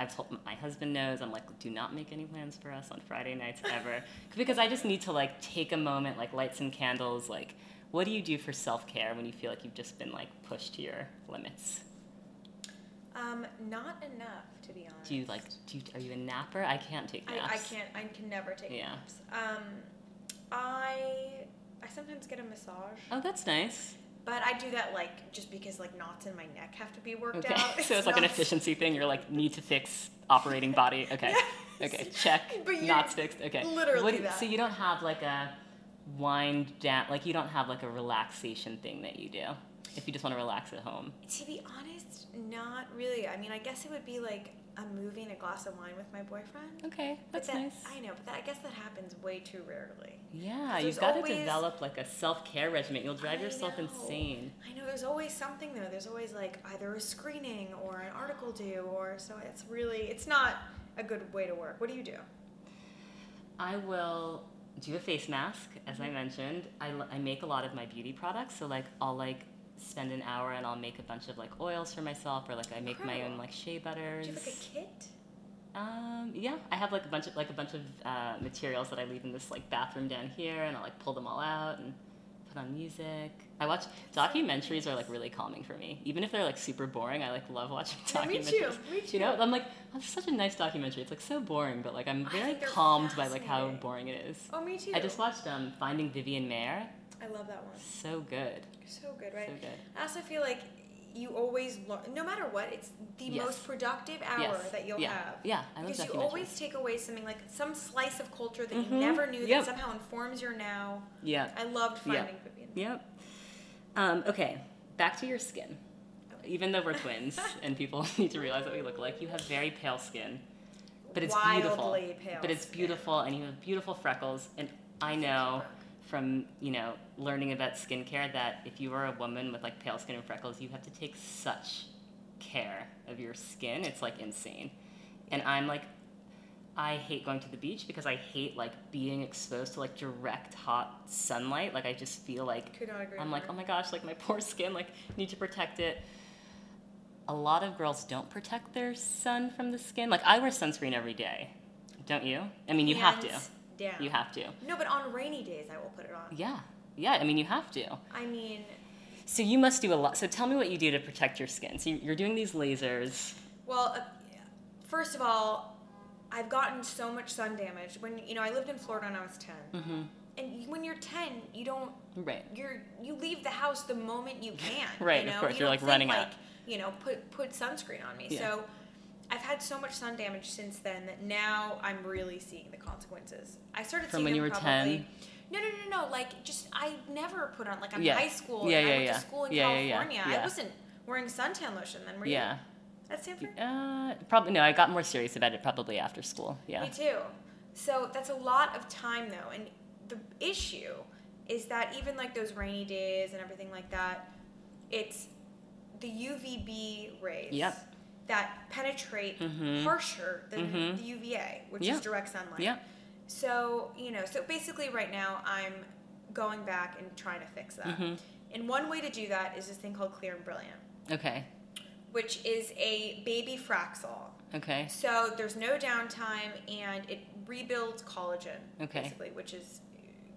Speaker 1: I've told my husband knows. I'm like, do not make any plans for us on Friday nights ever, because I just need to like take a moment, like light some candles. Like, what do you do for self care when you feel like you've just been like pushed to your limits?
Speaker 2: Um, not enough to be honest.
Speaker 1: Do you like? Do you, are you a napper? I can't take naps.
Speaker 2: I, I can't. I can never take
Speaker 1: Yeah.
Speaker 2: naps. Um, I I sometimes get a massage,
Speaker 1: Oh, that's nice.
Speaker 2: but I do that like just because like knots in my neck have to be worked
Speaker 1: Okay,
Speaker 2: out.
Speaker 1: so it's like an
Speaker 2: not-
Speaker 1: efficiency thing. You're like need to fix operating body. Okay,
Speaker 2: Yes.
Speaker 1: okay, check.
Speaker 2: But you're
Speaker 1: Knots fixed. Okay,
Speaker 2: literally
Speaker 1: What do-
Speaker 2: that.
Speaker 1: So you don't have like a wind down. Like you don't have like a relaxation thing that you do if you just want to relax at home.
Speaker 2: To be honest, not really. I mean, I guess it would be like a movie and a glass of wine with my boyfriend.
Speaker 1: Okay,
Speaker 2: But
Speaker 1: that's
Speaker 2: that-
Speaker 1: nice.
Speaker 2: I know, but that, I guess that happens way too rarely.
Speaker 1: yeah,
Speaker 2: there's
Speaker 1: you've got to
Speaker 2: always-
Speaker 1: develop like a self care regimen. You'll drive
Speaker 2: I
Speaker 1: yourself
Speaker 2: know.
Speaker 1: insane.
Speaker 2: I know there's always something though. There's always like either a screening or an article due, or so it's really it's not a good way to work. What do you do?
Speaker 1: I will do a face mask, as
Speaker 2: Mm-hmm.
Speaker 1: I mentioned. I, l- I make a lot of my beauty products, so like I'll like spend an hour and I'll make a bunch of like oils for myself, or like I make my own
Speaker 2: Incredible.
Speaker 1: like shea butters.
Speaker 2: Do you have like a kit?
Speaker 1: Um, yeah, I have like a bunch of like a bunch of uh, materials that I leave in this like bathroom down here, and I like pull them all out and put on music. I watch documentaries are like really calming for me, even if they're like super boring. I like love watching
Speaker 2: Yeah, me
Speaker 1: documentaries.
Speaker 2: too, me
Speaker 1: You know,
Speaker 2: too.
Speaker 1: I'm like, oh, it's such a nice documentary. It's like so boring, but like I'm
Speaker 2: I
Speaker 1: very
Speaker 2: think they're
Speaker 1: calmed by like how
Speaker 2: fascinating.
Speaker 1: boring it is.
Speaker 2: Oh, me too.
Speaker 1: I just watched um, Finding Vivian Mayer.
Speaker 2: I love that one.
Speaker 1: So good,
Speaker 2: So good, right?
Speaker 1: so good.
Speaker 2: I also feel like you always learn, no matter what, it's the
Speaker 1: Yes.
Speaker 2: most productive hour
Speaker 1: Yes.
Speaker 2: that you'll
Speaker 1: yeah.
Speaker 2: have.
Speaker 1: Yeah, I love
Speaker 2: Because you
Speaker 1: documentaries.
Speaker 2: always take away something like some slice of culture that
Speaker 1: Mhm.
Speaker 2: you never knew
Speaker 1: Yep.
Speaker 2: that somehow informs your now.
Speaker 1: yeah.
Speaker 2: I loved
Speaker 1: Yeah.
Speaker 2: finding Vivian.
Speaker 1: Yep. Um, okay, back to your skin.
Speaker 2: Okay.
Speaker 1: Even though we're twins and people need to realize what we look like, you have very pale skin, but it's beautiful.
Speaker 2: Wildly pale.
Speaker 1: But it's beautiful, and you have beautiful freckles. And I know from you know learning about skincare that if you are a woman with like pale skin and freckles, you have to take such care of your skin. It's like insane. And I'm like, I hate going to the beach because I hate like being exposed to like direct hot sunlight. Like I just feel like
Speaker 2: Could not agree
Speaker 1: I'm like, oh
Speaker 2: more.
Speaker 1: my gosh, like my poor skin, like need to protect it. A lot of girls don't protect their sun from the skin. Like I wear sunscreen every day, don't you? I mean, you have to.
Speaker 2: Hands Down.
Speaker 1: You have to.
Speaker 2: No, but on rainy days I will put it on.
Speaker 1: Yeah, yeah. I mean, you have to.
Speaker 2: I mean,
Speaker 1: So you must do a lot. So tell me what you do to protect your skin. So you- you're doing these lasers.
Speaker 2: Well, uh, first of all, I've gotten so much sun damage. When you know, I lived in Florida when I was 10
Speaker 1: Mm-hmm.
Speaker 2: and you- when you're ten, you don't
Speaker 1: Right.
Speaker 2: you're you leave the house the moment you can.
Speaker 1: Right,
Speaker 2: You
Speaker 1: of
Speaker 2: know?
Speaker 1: course,
Speaker 2: You
Speaker 1: you're,
Speaker 2: don't
Speaker 1: like,
Speaker 2: think,
Speaker 1: running out.
Speaker 2: like, You know, put put sunscreen on me.
Speaker 1: Yeah.
Speaker 2: So I've had so much sun damage since then that now I'm really seeing the consequences. I started
Speaker 1: From
Speaker 2: seeing
Speaker 1: when you
Speaker 2: them
Speaker 1: were
Speaker 2: probably-
Speaker 1: 10?
Speaker 2: No, no, no, no. Like, just I never put on like I'm
Speaker 1: Yeah.
Speaker 2: high school.
Speaker 1: Yeah,
Speaker 2: and
Speaker 1: yeah,
Speaker 2: I went
Speaker 1: yeah.
Speaker 2: to school in
Speaker 1: Yeah, yeah, yeah,
Speaker 2: California.
Speaker 1: yeah.
Speaker 2: I wasn't wearing suntan lotion then. Were you?
Speaker 1: Yeah.
Speaker 2: That's Sanford.
Speaker 1: Uh, probably no. I got more serious about it probably after school. Yeah.
Speaker 2: Me too. So that's a lot of time though, and the issue is that even like those rainy days and everything like that, it's the UVB rays
Speaker 1: Yep.
Speaker 2: that penetrate
Speaker 1: Mhm.
Speaker 2: harsher than
Speaker 1: Mhm.
Speaker 2: the UVA, which
Speaker 1: Yeah.
Speaker 2: is direct sunlight.
Speaker 1: Yeah.
Speaker 2: So you know, so basically, right now I'm going back and trying to fix that.
Speaker 1: Mhm.
Speaker 2: And one way to do that is this thing called Clear and Brilliant,
Speaker 1: Okay.
Speaker 2: which is a baby Fraxel.
Speaker 1: Okay.
Speaker 2: So there's no downtime, and it rebuilds collagen,
Speaker 1: Okay.
Speaker 2: basically, which is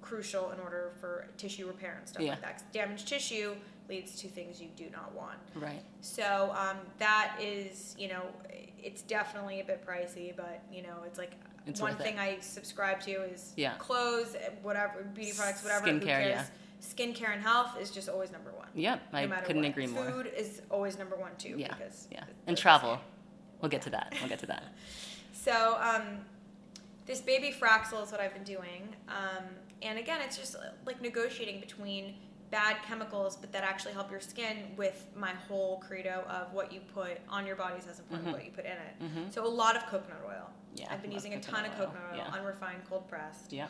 Speaker 2: crucial in order for tissue repair and stuff
Speaker 1: Yeah.
Speaker 2: like that. 'Cause Damaged tissue leads to things you do not want.
Speaker 1: Right.
Speaker 2: So um, that is, you know, it's definitely a bit pricey, but you know, it's like
Speaker 1: It's
Speaker 2: one
Speaker 1: worth it.
Speaker 2: thing I subscribe to is
Speaker 1: Yeah.
Speaker 2: clothes, eh, whatever beauty products, whatever. who
Speaker 1: Skincare, yeah.
Speaker 2: cares? Skincare and health is just always number one.
Speaker 1: Yep. I
Speaker 2: no matter
Speaker 1: couldn't
Speaker 2: what.
Speaker 1: agree more.
Speaker 2: Food is always number one too.
Speaker 1: Yeah.
Speaker 2: Because
Speaker 1: Yeah.
Speaker 2: it's-
Speaker 1: And
Speaker 2: it's-
Speaker 1: travel. We'll get to that. We'll get to that.
Speaker 2: So um, this baby Fraxel is what I've been doing, um, and again, it's just uh, like negotiating between bad chemicals, but that actually help your skin with my whole credo of what you put on your body is as important as what you put in it.
Speaker 1: Mhm.
Speaker 2: So a lot of coconut oil.
Speaker 1: Mm-hmm. Yeah,
Speaker 2: I've been
Speaker 1: love
Speaker 2: using a ton
Speaker 1: coconut
Speaker 2: of
Speaker 1: oil.
Speaker 2: coconut oil,
Speaker 1: Yeah.
Speaker 2: unrefined, cold pressed,
Speaker 1: Yeah.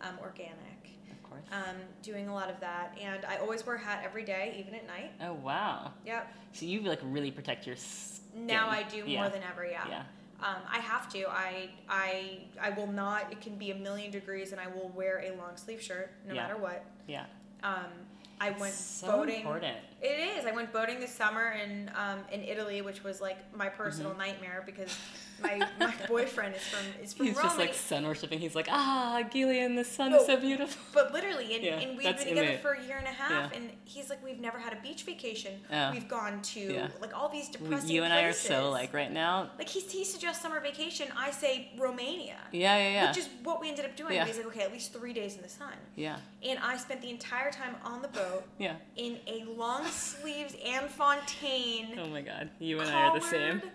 Speaker 2: um, organic.
Speaker 1: Of course.
Speaker 2: Um, doing a lot of that, and I always wear a hat every day, even at night.
Speaker 1: Oh wow.
Speaker 2: Yep.
Speaker 1: So you like really protect your skin.
Speaker 2: Now I do more
Speaker 1: Yeah.
Speaker 2: than ever.
Speaker 1: Yeah.
Speaker 2: Um, I have to. I I I will not. It can be a million degrees, and I will wear a long sleeve shirt no
Speaker 1: Yeah.
Speaker 2: matter what.
Speaker 1: Yeah.
Speaker 2: Um, I went
Speaker 1: so
Speaker 2: boating.
Speaker 1: important. Mm-hmm.
Speaker 2: It is. I went boating this summer in um, in Italy, which was like my personal nightmare because my my boyfriend is from is from
Speaker 1: He's
Speaker 2: Rome.
Speaker 1: just
Speaker 2: and
Speaker 1: like
Speaker 2: he-
Speaker 1: sun worshipping. He's like, ah, Gillian, the sun
Speaker 2: No.
Speaker 1: is so beautiful.
Speaker 2: but literally, and,
Speaker 1: Yeah,
Speaker 2: and we've been
Speaker 1: that's
Speaker 2: together
Speaker 1: innate.
Speaker 2: for a year and a half,
Speaker 1: Yeah.
Speaker 2: and he's like, we've never had a beach vacation.
Speaker 1: Yeah.
Speaker 2: We've gone to
Speaker 1: Yeah.
Speaker 2: like all these
Speaker 1: We-
Speaker 2: depressing.
Speaker 1: you and I are so
Speaker 2: places.
Speaker 1: like right now.
Speaker 2: Like he he suggests summer vacation. I say Romania,
Speaker 1: Yeah, yeah, yeah.
Speaker 2: which is what we ended up doing.
Speaker 1: Yeah.
Speaker 2: He's like, okay, at least three days in the sun,
Speaker 1: yeah,
Speaker 2: and I spent the entire time on the boat
Speaker 1: yeah.
Speaker 2: in a long sleeves Anne Fontaine
Speaker 1: Oh my God, you and I are the same.
Speaker 2: collared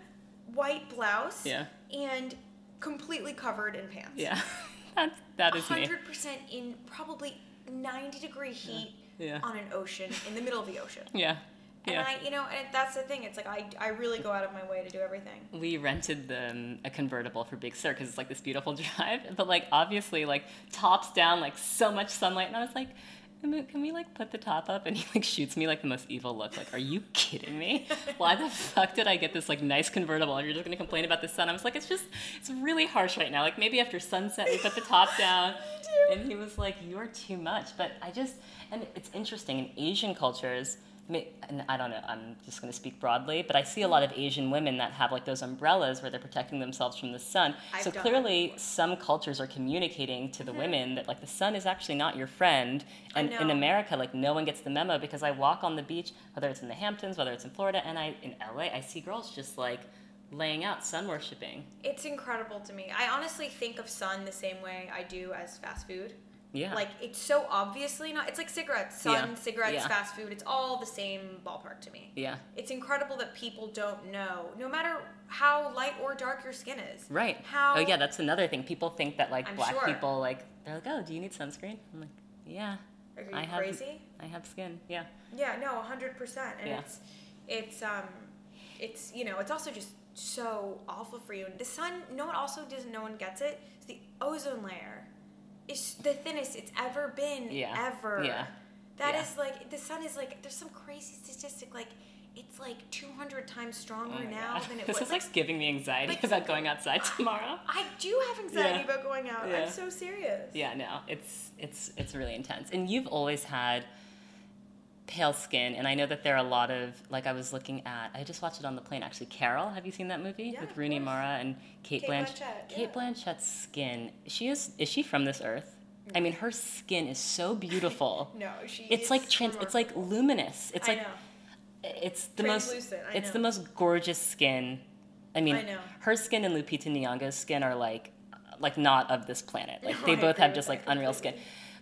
Speaker 2: white blouse,
Speaker 1: Yeah.
Speaker 2: and completely covered in pants.
Speaker 1: Yeah, that that is me.
Speaker 2: 100% in probably 90 degree heat
Speaker 1: Yeah.
Speaker 2: on an ocean in the middle of the ocean.
Speaker 1: Yeah,
Speaker 2: And
Speaker 1: yeah.
Speaker 2: I, you know, and that's the thing. It's like I, I really go out of my way to do everything.
Speaker 1: we rented them a convertible for Big Sur because it's like this beautiful drive, but like obviously like tops down, like so much sunlight, and I was like. "Can we- Can we like put the top up? And he like shoots me like the most evil look. Like, are you kidding me? Why the fuck did I get this like nice convertible? And you're just gonna complain about the sun? I was like, it's just, it's really harsh right now. Like maybe after sunset we put the top down.
Speaker 2: do.
Speaker 1: And he was like, you're too much. But I just, and it's interesting in Asian cultures, I mean, and I don't know, I'm just going to speak broadly, but I see a lot of Asian women that have like those umbrellas where they're protecting themselves from the sun.
Speaker 2: I've
Speaker 1: so
Speaker 2: done that Mm-hmm.
Speaker 1: clearly, some cultures are communicating to the women that like the sun is actually not your friend. And in
Speaker 2: know.
Speaker 1: America, like no one gets the memo because I walk on the beach, whether it's in the Hamptons, whether it's in Florida, and I in LA, I see girls just like laying out sun worshiping.
Speaker 2: It's incredible to me. I honestly think of sun the same way I do as fast food.
Speaker 1: Yeah.
Speaker 2: Like it's so obviously not. It's like cigarettes, sun,
Speaker 1: Yeah.
Speaker 2: cigarettes,
Speaker 1: Yeah.
Speaker 2: fast food. It's all the same ballpark to me.
Speaker 1: yeah.
Speaker 2: It's incredible that people don't know, no matter how light or dark your skin is.
Speaker 1: Right.
Speaker 2: How?
Speaker 1: Oh yeah, that's another thing. People think that like
Speaker 2: I'm
Speaker 1: black
Speaker 2: sure.
Speaker 1: people like they're like, oh, do you need sunscreen? I'm like, yeah.
Speaker 2: Are you
Speaker 1: I have
Speaker 2: crazy?
Speaker 1: I have skin. Yeah.
Speaker 2: Yeah, no, hundred percent. And
Speaker 1: Yeah.
Speaker 2: it's it's um it's you know, it's also just so awful for you. And the sun no one also doesn't no one gets it. It's the ozone layer is the thinnest it's ever been
Speaker 1: Yeah.
Speaker 2: ever.
Speaker 1: Yeah.
Speaker 2: That
Speaker 1: Yeah.
Speaker 2: is like the sun is like there's some crazy statistic like it's like 200 times
Speaker 1: Oh my
Speaker 2: stronger now
Speaker 1: God.
Speaker 2: than it
Speaker 1: this
Speaker 2: was.
Speaker 1: is like, giving me anxiety
Speaker 2: like-
Speaker 1: about going outside tomorrow.
Speaker 2: I do have anxiety
Speaker 1: Yeah.
Speaker 2: about going out.
Speaker 1: Yeah.
Speaker 2: I'm so serious.
Speaker 1: Yeah, no, it's it's it's really intense. And you've always had pale skin, and I know that there are a lot of like I was looking at. I just watched it on the plane actually. Carol, have you seen that movie
Speaker 2: Yeah,
Speaker 1: with
Speaker 2: of
Speaker 1: Rooney
Speaker 2: course.
Speaker 1: Mara and Kate,
Speaker 2: Kate
Speaker 1: Blanch-
Speaker 2: Blanchett,
Speaker 1: Kate
Speaker 2: yeah.
Speaker 1: Blanchett's skin. She is is she from this earth? I mean, her skin is so beautiful.
Speaker 2: No, she
Speaker 1: It's like
Speaker 2: is
Speaker 1: trans. It's like
Speaker 2: remarkable.
Speaker 1: luminous. It's
Speaker 2: I
Speaker 1: like
Speaker 2: know.
Speaker 1: it's the most.
Speaker 2: Translucent, I
Speaker 1: It's
Speaker 2: know.
Speaker 1: the most gorgeous skin. I mean,
Speaker 2: I know.
Speaker 1: her skin and Lupita Nyong'o's skin are like, like not of this planet. Like
Speaker 2: No,
Speaker 1: they
Speaker 2: I
Speaker 1: both
Speaker 2: agree
Speaker 1: have
Speaker 2: with
Speaker 1: just
Speaker 2: that
Speaker 1: like unreal skin.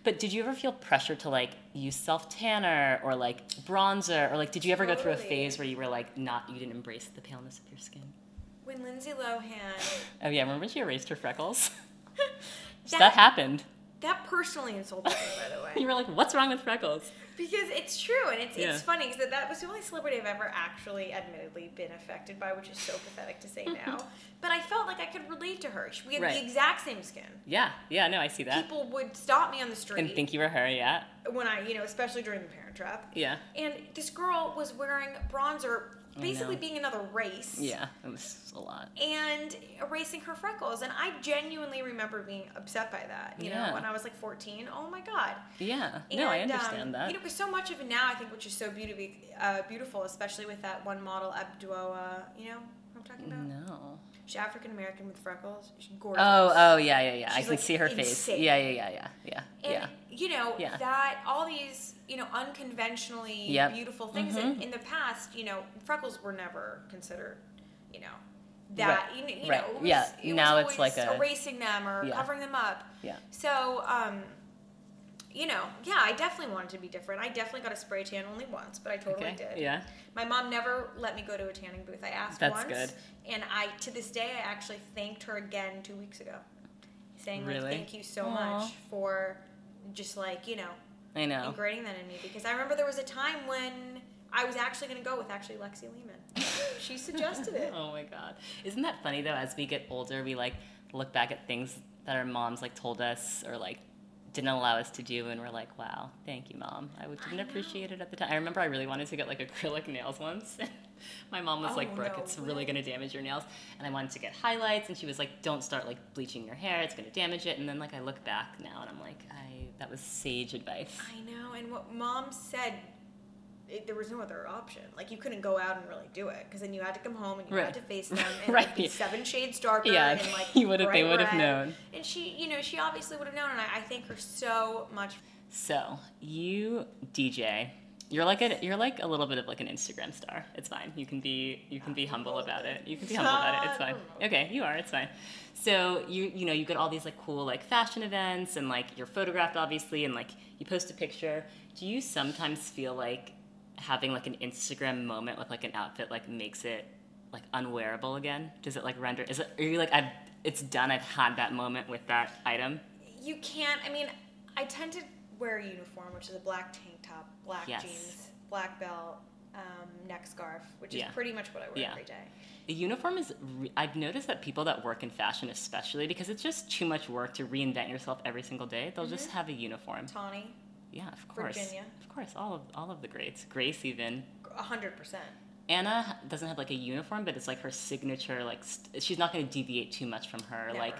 Speaker 1: But did you ever feel pressure to like use self tanner or like bronzer or like did you ever go through a
Speaker 2: Totally.
Speaker 1: phase where you were like not you didn't embrace the paleness of your skin?
Speaker 2: When Lindsay Lohan
Speaker 1: Oh yeah, remember she erased her freckles? that,
Speaker 2: that
Speaker 1: happened.
Speaker 2: That personally insulted me, by the way,
Speaker 1: You were like, what's wrong with freckles?
Speaker 2: because it's true, and it's
Speaker 1: Yeah.
Speaker 2: it's funny because that was the only celebrity I've ever actually, admittedly, been affected by, which is so pathetic to say now. But I felt like I could relate to her. We had
Speaker 1: Right.
Speaker 2: the exact same skin.
Speaker 1: Yeah, yeah, no, I see that.
Speaker 2: People would stop me on the
Speaker 1: and
Speaker 2: street
Speaker 1: think you were her, yeah.
Speaker 2: when I, you know, especially during the Parent Trap.
Speaker 1: Yeah.
Speaker 2: And this girl was wearing bronzer, basically
Speaker 1: know.
Speaker 2: being another race.
Speaker 1: Yeah, it was a lot.
Speaker 2: and erasing her freckles. And I genuinely remember being upset by that, you
Speaker 1: Yeah.
Speaker 2: know, when I was like 14. Oh my God.
Speaker 1: Yeah, no, I
Speaker 2: And, um,
Speaker 1: understand that.
Speaker 2: You know, because so much of it now, I think, which is so beautiful, uh, beautiful, especially with that one model, Abduoa, you know um, who I'm talking about?
Speaker 1: no.
Speaker 2: She's African American with freckles. She's gorgeous.
Speaker 1: Mm. Oh, oh, yeah, yeah, yeah. I
Speaker 2: She's,
Speaker 1: can
Speaker 2: like,
Speaker 1: see her face.
Speaker 2: insane.
Speaker 1: Yeah, yeah, yeah, yeah, yeah,
Speaker 2: And,
Speaker 1: yeah.
Speaker 2: you know,
Speaker 1: Yeah.
Speaker 2: that, all these, you know, unconventionally
Speaker 1: Yep. Mm-hmm.
Speaker 2: beautiful things in, in the past, you know, freckles were never considered, you know, that, you kn- you,
Speaker 1: Right.
Speaker 2: know, it was,
Speaker 1: Yeah.
Speaker 2: it was
Speaker 1: Now it's like
Speaker 2: always
Speaker 1: a-
Speaker 2: erasing them or
Speaker 1: Yeah.
Speaker 2: covering them up.
Speaker 1: Yeah.
Speaker 2: So, um, you know, yeah, I definitely wanted to be different. I definitely got a spray tan only once, but I totally
Speaker 1: Okay.
Speaker 2: did.
Speaker 1: Yeah.
Speaker 2: My mom never let me go to a tanning booth. I asked
Speaker 1: That's
Speaker 2: once,
Speaker 1: good.
Speaker 2: and I to this day I actually thanked her again two weeks ago, saying
Speaker 1: Really?
Speaker 2: like thank you so
Speaker 1: Aw.
Speaker 2: much for just like you know
Speaker 1: I know.
Speaker 2: ingraining that in me because I remember there was a time when I was actually going to go with actually Lexi Lehman. she suggested it.
Speaker 1: oh my god. Isn't that funny though? As we get older, we like look back at things that our moms like told us or like didn't allow us to do, and we're like, wow, thank you, mom. I would- didn't
Speaker 2: know.
Speaker 1: appreciate it at the time. I remember I really wanted to get like acrylic nails once. my mom was like,
Speaker 2: Oh,
Speaker 1: Brooke,
Speaker 2: no
Speaker 1: it's really
Speaker 2: way.
Speaker 1: gonna damage your nails. And I wanted to get highlights, and she was like, don't start like bleaching your hair. It's gonna damage it. And then like I look back now, and I'm like, I that was sage advice.
Speaker 2: I know, and what mom said it, there was no other option. Like you couldn't go out and really do it because then you had to come home and you
Speaker 1: Right.
Speaker 2: had to face them and like, be
Speaker 1: Right.
Speaker 2: seven shades darker.
Speaker 1: Yeah,
Speaker 2: and like
Speaker 1: you would've- they
Speaker 2: bright
Speaker 1: would've
Speaker 2: red.
Speaker 1: known.
Speaker 2: And she, you know, she obviously would have known. And I, I thank her so much.
Speaker 1: So you DJ, you're like a you're like a little bit of like an Instagram star. It's fine. You can be you can be humble about it. You can be humble about it. It's fine. Okay, you are. It's fine. So you you know you get all these like cool like fashion events and like you're photographed obviously and like you post a picture. Do you sometimes feel like having like an Instagram moment with like an outfit like makes it like unwearable again? Does it like render? Is it are you like I've it's done. I've had that moment with that item.
Speaker 2: You can't. I mean, I tend to wear a uniform, which is a black tank top, black
Speaker 1: Yes.
Speaker 2: jeans, black belt, um, neck scarf, which is
Speaker 1: Yeah.
Speaker 2: pretty much what I wear
Speaker 1: Yeah.
Speaker 2: every day.
Speaker 1: The uniform is, re- I've noticed that people that work in fashion, especially because it's just too much work to reinvent yourself every single day, they'll just have a uniform.
Speaker 2: Tawny,
Speaker 1: Yeah, of course.
Speaker 2: Mm-hmm. Virginia.
Speaker 1: Of course, all of, all of the greats. Grace, even.
Speaker 2: hundred percent.
Speaker 1: Anna h- doesn't have like a uniform, but it's like her signature, like, st- she's not going to deviate too much from her.
Speaker 2: Never.
Speaker 1: Like,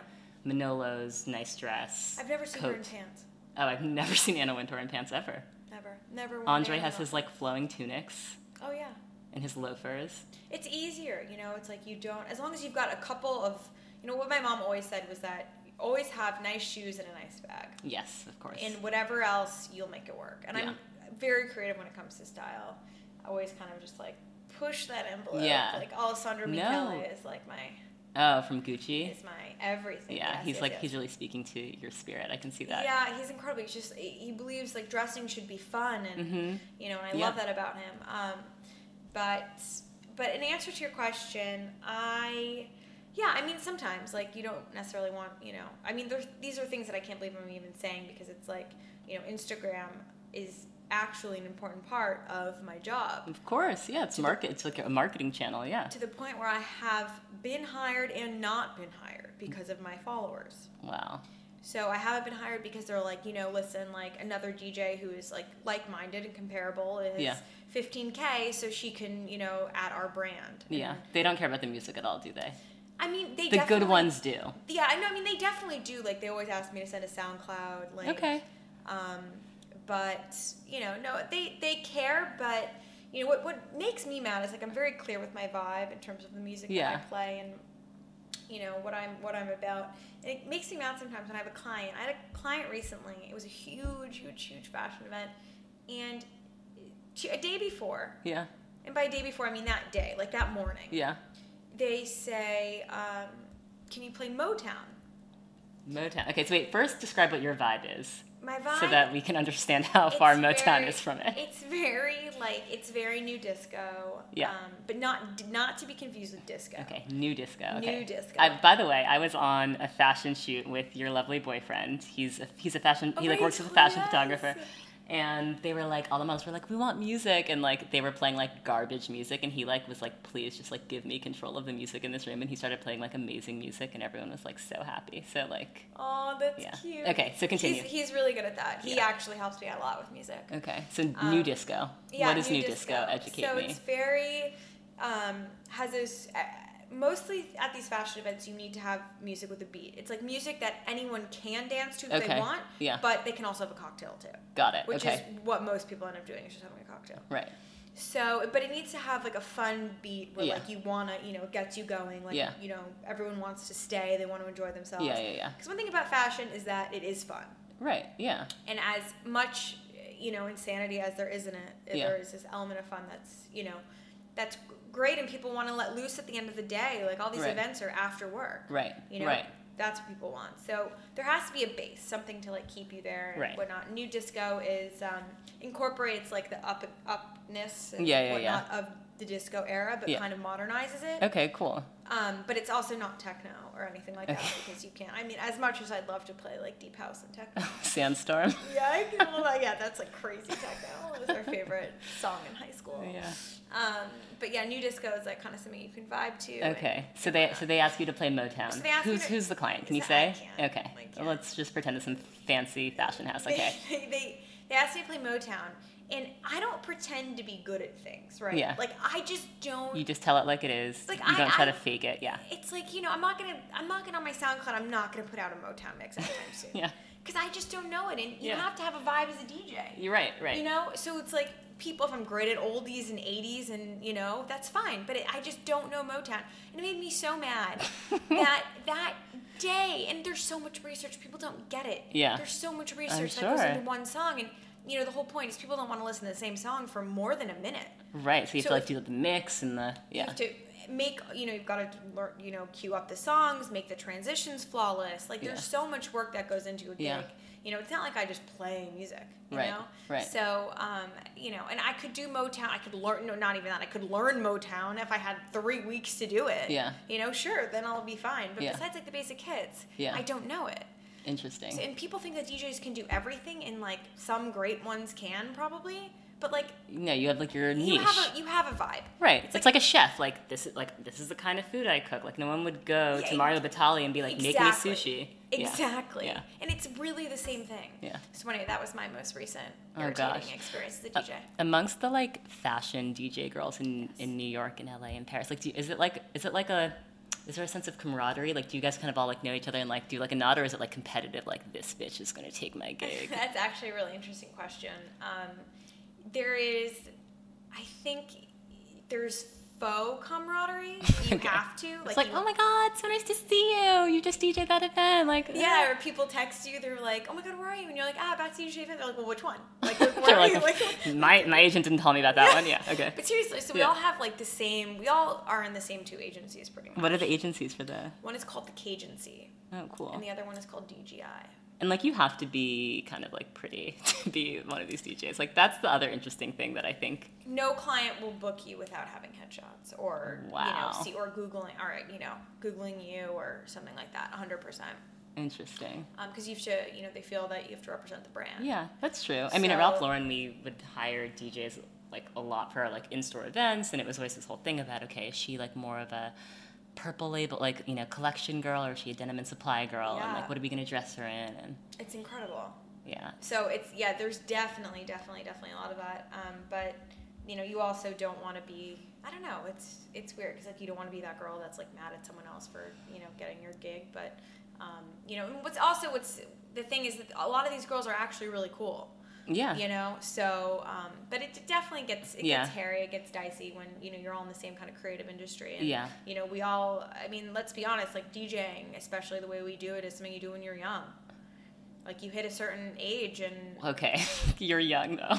Speaker 1: Manolo's nice dress.
Speaker 2: I've never seen her in
Speaker 1: coat.
Speaker 2: pants.
Speaker 1: Oh, I've never seen Anna Wintour in pants ever.
Speaker 2: Never, never. worn
Speaker 1: Andre
Speaker 2: it.
Speaker 1: has his like flowing tunics
Speaker 2: Oh yeah.
Speaker 1: and his loafers.
Speaker 2: it's easier you know it's like you don't as long as you've got a couple of you know what my mom always said was that you always have nice shoes and a nice bag
Speaker 1: Yes, of course.
Speaker 2: and whatever else you'll make it work and i'm very creative when it comes to style i always kind of just like push that envelope
Speaker 1: Yeah.
Speaker 2: like alessandro
Speaker 1: No.
Speaker 2: michele is like my
Speaker 1: oh, from Gucci.
Speaker 2: is my everything
Speaker 1: Yeah,
Speaker 2: Yes,
Speaker 1: he's
Speaker 2: yes,
Speaker 1: like
Speaker 2: yes.
Speaker 1: he's really speaking to your spirit. I can see that.
Speaker 2: Yeah, he's incredible. He's just he he believes like dressing should be fun,
Speaker 1: Mm-hmm.
Speaker 2: and you know, and I
Speaker 1: Yeah.
Speaker 2: love that about him. Um, but but in answer to your question, I yeah, I mean sometimes like you don't necessarily want you know. I mean there's, these are things that I can't believe I'm even saying because it's like you know Instagram is actually an important part of my job
Speaker 1: Of course, yeah. It's market. It's like a marketing channel. Yeah.
Speaker 2: to the point where I have been hired and not been hired because of my followers.
Speaker 1: Wow.
Speaker 2: So I haven't been hired because they're like, you know, listen, like another DJ who is like like-minded and comparable is
Speaker 1: Yeah.
Speaker 2: 15k, so she can, you know, add our brand.
Speaker 1: Yeah. They don't care about the music at all, do they?
Speaker 2: I mean, they
Speaker 1: The
Speaker 2: definitely,
Speaker 1: good ones do.
Speaker 2: Yeah, I know. I mean, they definitely do. Like they always ask me to send a SoundCloud. Like,
Speaker 1: Okay.
Speaker 2: Um, but you know, no, they they care, but you know what what makes me mad is like I'm very clear with my vibe in terms of the music
Speaker 1: Yeah.
Speaker 2: that I play and you know what I'm what I'm about. And it makes me mad sometimes when I have a client. I had a client recently. It was a huge, huge, huge fashion event, and t- a day before,
Speaker 1: Yeah.
Speaker 2: and by day before I mean that day, like that morning,
Speaker 1: Yeah.
Speaker 2: they say, um, "Can you play Motown?"
Speaker 1: Motown. Okay, so wait. First, describe what your vibe is,
Speaker 2: My vibe.
Speaker 1: so that we can understand how far
Speaker 2: It's
Speaker 1: Motown
Speaker 2: very-
Speaker 1: is from it.
Speaker 2: It's very like it's very new disco.
Speaker 1: Yeah.
Speaker 2: Um, but not not to be confused with disco.
Speaker 1: Okay, new disco. Okay.
Speaker 2: New disco.
Speaker 1: I, by the way, I was on a fashion shoot with your lovely boyfriend. He's a, he's a fashion.
Speaker 2: Oh,
Speaker 1: he like
Speaker 2: right,
Speaker 1: works as a fashion
Speaker 2: yes.
Speaker 1: photographer. And they were like, all the models were like, we want music, and like they were playing like garbage music, and he like was like, please just like give me control of the music in this room, and he started playing like amazing music, and everyone was like so happy. So like,
Speaker 2: Oh, that's
Speaker 1: Yeah.
Speaker 2: cute.
Speaker 1: Okay, so continue.
Speaker 2: He's, he's really good at that. He actually helps me out a lot with music.
Speaker 1: okay, so new disco.
Speaker 2: Um, Yeah,
Speaker 1: what is new, disco? Educate
Speaker 2: so
Speaker 1: me.
Speaker 2: it's very um, has those. Uh, mostly at these fashion events, you need to have music with a beat. It's like music that anyone can dance to if
Speaker 1: Okay,
Speaker 2: they want.
Speaker 1: yeah.
Speaker 2: But they can also have a cocktail too,
Speaker 1: Got it.
Speaker 2: which
Speaker 1: okay.
Speaker 2: is what most people end up doing is just having a cocktail.
Speaker 1: right.
Speaker 2: So, but it needs to have like a fun beat where
Speaker 1: Yeah.
Speaker 2: like you wanna, you know, it gets you going. Like
Speaker 1: Yeah.
Speaker 2: you know, everyone wants to stay. They want to enjoy themselves.
Speaker 1: Yeah, yeah, yeah.
Speaker 2: Because one thing about fashion is that it is fun,
Speaker 1: Right. Yeah.
Speaker 2: and as much you know insanity as there is in it,
Speaker 1: Yeah.
Speaker 2: there is this element of fun that's you know that's great, and people want to let loose at the end of the day. Like all these
Speaker 1: Right.
Speaker 2: events are after work.
Speaker 1: Right.
Speaker 2: You know.
Speaker 1: Right.
Speaker 2: That's what people want. So there has to be a base, something to like keep you there and
Speaker 1: Right.
Speaker 2: whatnot. New disco is um, incorporates like the up upness and
Speaker 1: Yeah, yeah, yeah.
Speaker 2: whatnot of the disco era, but
Speaker 1: Yeah.
Speaker 2: kind of modernizes it.
Speaker 1: Okay. Cool.
Speaker 2: Um, but it's also not techno or anything like that
Speaker 1: Okay.
Speaker 2: because you can't. I mean, as much as I'd love to play like deep house and techno.
Speaker 1: Sandstorm.
Speaker 2: yeah, I can, well, yeah, that's like crazy techno. It was our favorite song in high school.
Speaker 1: yeah.
Speaker 2: Um, but yeah, new disco is like kind of something you can vibe to. and-
Speaker 1: Okay, so they so they ask you to play Motown.
Speaker 2: So they ask me
Speaker 1: who's
Speaker 2: to-
Speaker 1: who's the client? Can you
Speaker 2: I
Speaker 1: say?
Speaker 2: can't.
Speaker 1: Okay,
Speaker 2: I can't.
Speaker 1: Well, let's just pretend it's some fancy fashion house.
Speaker 2: They-
Speaker 1: Okay,
Speaker 2: They, they, they asked me to play Motown, and I don't pretend to be good at things, right?
Speaker 1: Yeah.
Speaker 2: Like I just don't.
Speaker 1: you just tell it like it is.
Speaker 2: Like,
Speaker 1: you
Speaker 2: I-
Speaker 1: don't try
Speaker 2: I-
Speaker 1: to fake it. Yeah,
Speaker 2: it's like you know, I'm not gonna, I'm not gonna on my SoundCloud. I'm not gonna put out a Motown mix anytime soon.
Speaker 1: yeah.
Speaker 2: Because I just don't know it, and you
Speaker 1: Yeah.
Speaker 2: have to have a vibe as a DJ.
Speaker 1: You're right. Right.
Speaker 2: You know, so it's like people if I'm great at oldies and 80s and you know that's fine but it, I just don't know Motown and it made me so mad that that day and there's so much research people don't get it
Speaker 1: Yeah.
Speaker 2: there's so much research that goes
Speaker 1: sure.
Speaker 2: into one song and you know the whole point is people don't want to listen to the same song for more than a minute
Speaker 1: Right. So you have to
Speaker 2: So if-
Speaker 1: like do the mix and the yeah.
Speaker 2: to make you know you've got to learn you know cue up the songs make the transitions flawless like there's
Speaker 1: Yeah.
Speaker 2: so much work that goes into a gig
Speaker 1: Yeah.
Speaker 2: you know it's not like i just play music you
Speaker 1: Right,
Speaker 2: know
Speaker 1: right.
Speaker 2: so um you know and i could do motown i could learn no not even that i could learn motown if i had three weeks to do it
Speaker 1: Yeah.
Speaker 2: you know sure then i'll be fine but
Speaker 1: Yeah.
Speaker 2: besides like the basic hits
Speaker 1: Yeah.
Speaker 2: i don't know it
Speaker 1: Interesting.
Speaker 2: so, and people think that djs can do everything and like some great ones can probably but like
Speaker 1: no, you have like your niche.
Speaker 2: you have a you have a vibe
Speaker 1: Right. It's, like, a chef. Like this is like this is the kind of food I cook. Like no one would go
Speaker 2: Yeah,
Speaker 1: to Mario Batali and be like,
Speaker 2: Exactly.
Speaker 1: make me sushi. Yeah.
Speaker 2: Exactly.
Speaker 1: Yeah.
Speaker 2: And it's really the same thing.
Speaker 1: Yeah.
Speaker 2: So anyway, that was my most recent
Speaker 1: Oh,
Speaker 2: irritating
Speaker 1: gosh.
Speaker 2: experience as a DJ.
Speaker 1: Uh, Amongst the like fashion DJ girls in, in New York and LA and Paris, like do you, is it like is it like a is there a sense of camaraderie? Like do you guys kind of all like know each other and like do like a nod or is it like competitive like this bitch is gonna take my gig?
Speaker 2: That's actually a really interesting question. Um, there is, I think, there's faux camaraderie. You
Speaker 1: Okay.
Speaker 2: have to.
Speaker 1: it's like,
Speaker 2: you-
Speaker 1: oh my god, so nice to see you. You just DJ that event. Like
Speaker 2: yeah, or people text you, they're like, "Oh my god, where are you?" And you're like, "Ah, back to DJ event." They're like, "Well, which one?" Like, where
Speaker 1: They're
Speaker 2: are
Speaker 1: like, "Oh."
Speaker 2: you?
Speaker 1: my my agent didn't tell me about that one. Yeah, okay.
Speaker 2: But seriously, so we
Speaker 1: Yeah.
Speaker 2: all have like the same. We all are in the same two agencies, pretty much.
Speaker 1: What are the agencies for the?
Speaker 2: One is called the Cagency,
Speaker 1: Oh, cool.
Speaker 2: and the other one is called DGI.
Speaker 1: And like you have to be kind of like pretty to be one of these DJs. Like that's the other interesting thing that I think.
Speaker 2: no client will book you without having headshots or
Speaker 1: Wow.
Speaker 2: you know see or googling or you know googling you or something like that 100% because
Speaker 1: Interesting.
Speaker 2: Um, you have to you know they feel that you have to represent the brand
Speaker 1: Yeah, that's true. I mean, at Ralph
Speaker 2: So-
Speaker 1: Lauren, we would hire DJs like a lot for our like in-store events, and it was always this whole thing about okay, is she like more of a purple label like you know collection girl, or is she a denim and supply girl, and
Speaker 2: Yeah.
Speaker 1: like what are we gonna dress her in? And
Speaker 2: it's incredible
Speaker 1: yeah,
Speaker 2: so it's yeah there's definitely definitely definitely a lot of that um, but you know you also don't want to be i don't know it's it's weird because like you don't want to be that girl that's like mad at someone else for you know getting your gig but um, you know and what's also what's the thing is that a lot of these girls are actually really cool
Speaker 1: yeah,
Speaker 2: you know so um, but it definitely gets it
Speaker 1: Yeah.
Speaker 2: gets hairy it gets dicey when you know you're all in the same kind of creative industry and
Speaker 1: Yeah.
Speaker 2: you know we all i mean let's be honest like djing especially the way we do it is something you do when you're young like you hit a certain age and
Speaker 1: Okay, you're young though.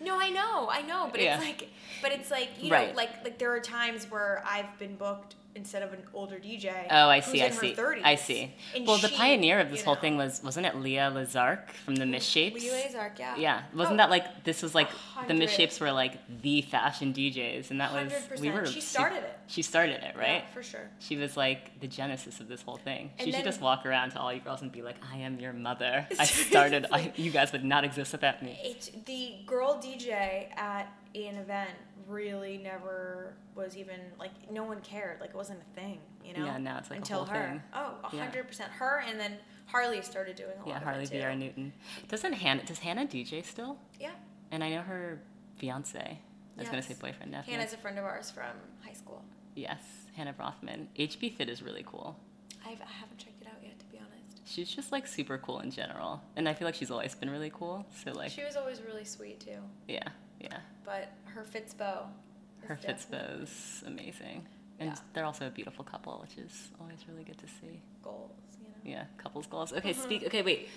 Speaker 2: no i know i know but
Speaker 1: Yeah.
Speaker 2: it's like but it's like you
Speaker 1: Right.
Speaker 2: know like like there are times where i've been booked instead of an older dj
Speaker 1: Oh, I
Speaker 2: who's
Speaker 1: see,
Speaker 2: in
Speaker 1: I
Speaker 2: her
Speaker 1: see,
Speaker 2: 30s,
Speaker 1: I see.
Speaker 2: and
Speaker 1: Well, the
Speaker 2: she,
Speaker 1: pioneer of this
Speaker 2: you
Speaker 1: whole
Speaker 2: know,
Speaker 1: thing was wasn't it Leah Lazark from the Misshapes?
Speaker 2: Leah Zark, yeah
Speaker 1: Yeah, wasn't
Speaker 2: Oh.
Speaker 1: that like this was like the
Speaker 2: 100.
Speaker 1: Misshapes were like the fashion DJs, and that was we
Speaker 2: 100%.
Speaker 1: were su-
Speaker 2: She started it.
Speaker 1: She started it, right?
Speaker 2: yeah, for sure
Speaker 1: She was like the genesis of this whole thing. She should
Speaker 2: And then-
Speaker 1: just walk around to all you girls and be like, "I am your mother. I started. I, you guys would not exist without me."
Speaker 2: It's the girl DJ at an event really never was even like no one cared. Like it wasn't a thing, you know.
Speaker 1: Yeah, now it's, like, a
Speaker 2: until
Speaker 1: whole
Speaker 2: her.
Speaker 1: thing.
Speaker 2: Oh, a
Speaker 1: Yeah.
Speaker 2: hundred percent. Her and then Harley started doing a
Speaker 1: Yeah,
Speaker 2: lot
Speaker 1: Harley
Speaker 2: of it too.
Speaker 1: Vieira Newton. Doesn't Hannah? Does Hannah DJ still?
Speaker 2: Yeah,
Speaker 1: And I know her fiance. I was gonna
Speaker 2: Yes.
Speaker 1: say boyfriend. nephew.
Speaker 2: Hannah's a friend of ours from high school.
Speaker 1: Yes, Hannah Rothman. HB Fit is really cool.
Speaker 2: I've, I haven't checked it out yet, to be honest.
Speaker 1: She's just like super cool in general, and I feel like she's always been really cool. So like,
Speaker 2: She was always really sweet too,
Speaker 1: yeah, yeah.
Speaker 2: but her Fitzbo. is
Speaker 1: Her
Speaker 2: definitely
Speaker 1: Fitzbo's amazing, and
Speaker 2: Yeah.
Speaker 1: they're also a beautiful couple, which is always really good to see.
Speaker 2: Goals, you know.
Speaker 1: Yeah, couples goals.
Speaker 2: Mm-hmm.
Speaker 1: Okay, speak. Okay, wait.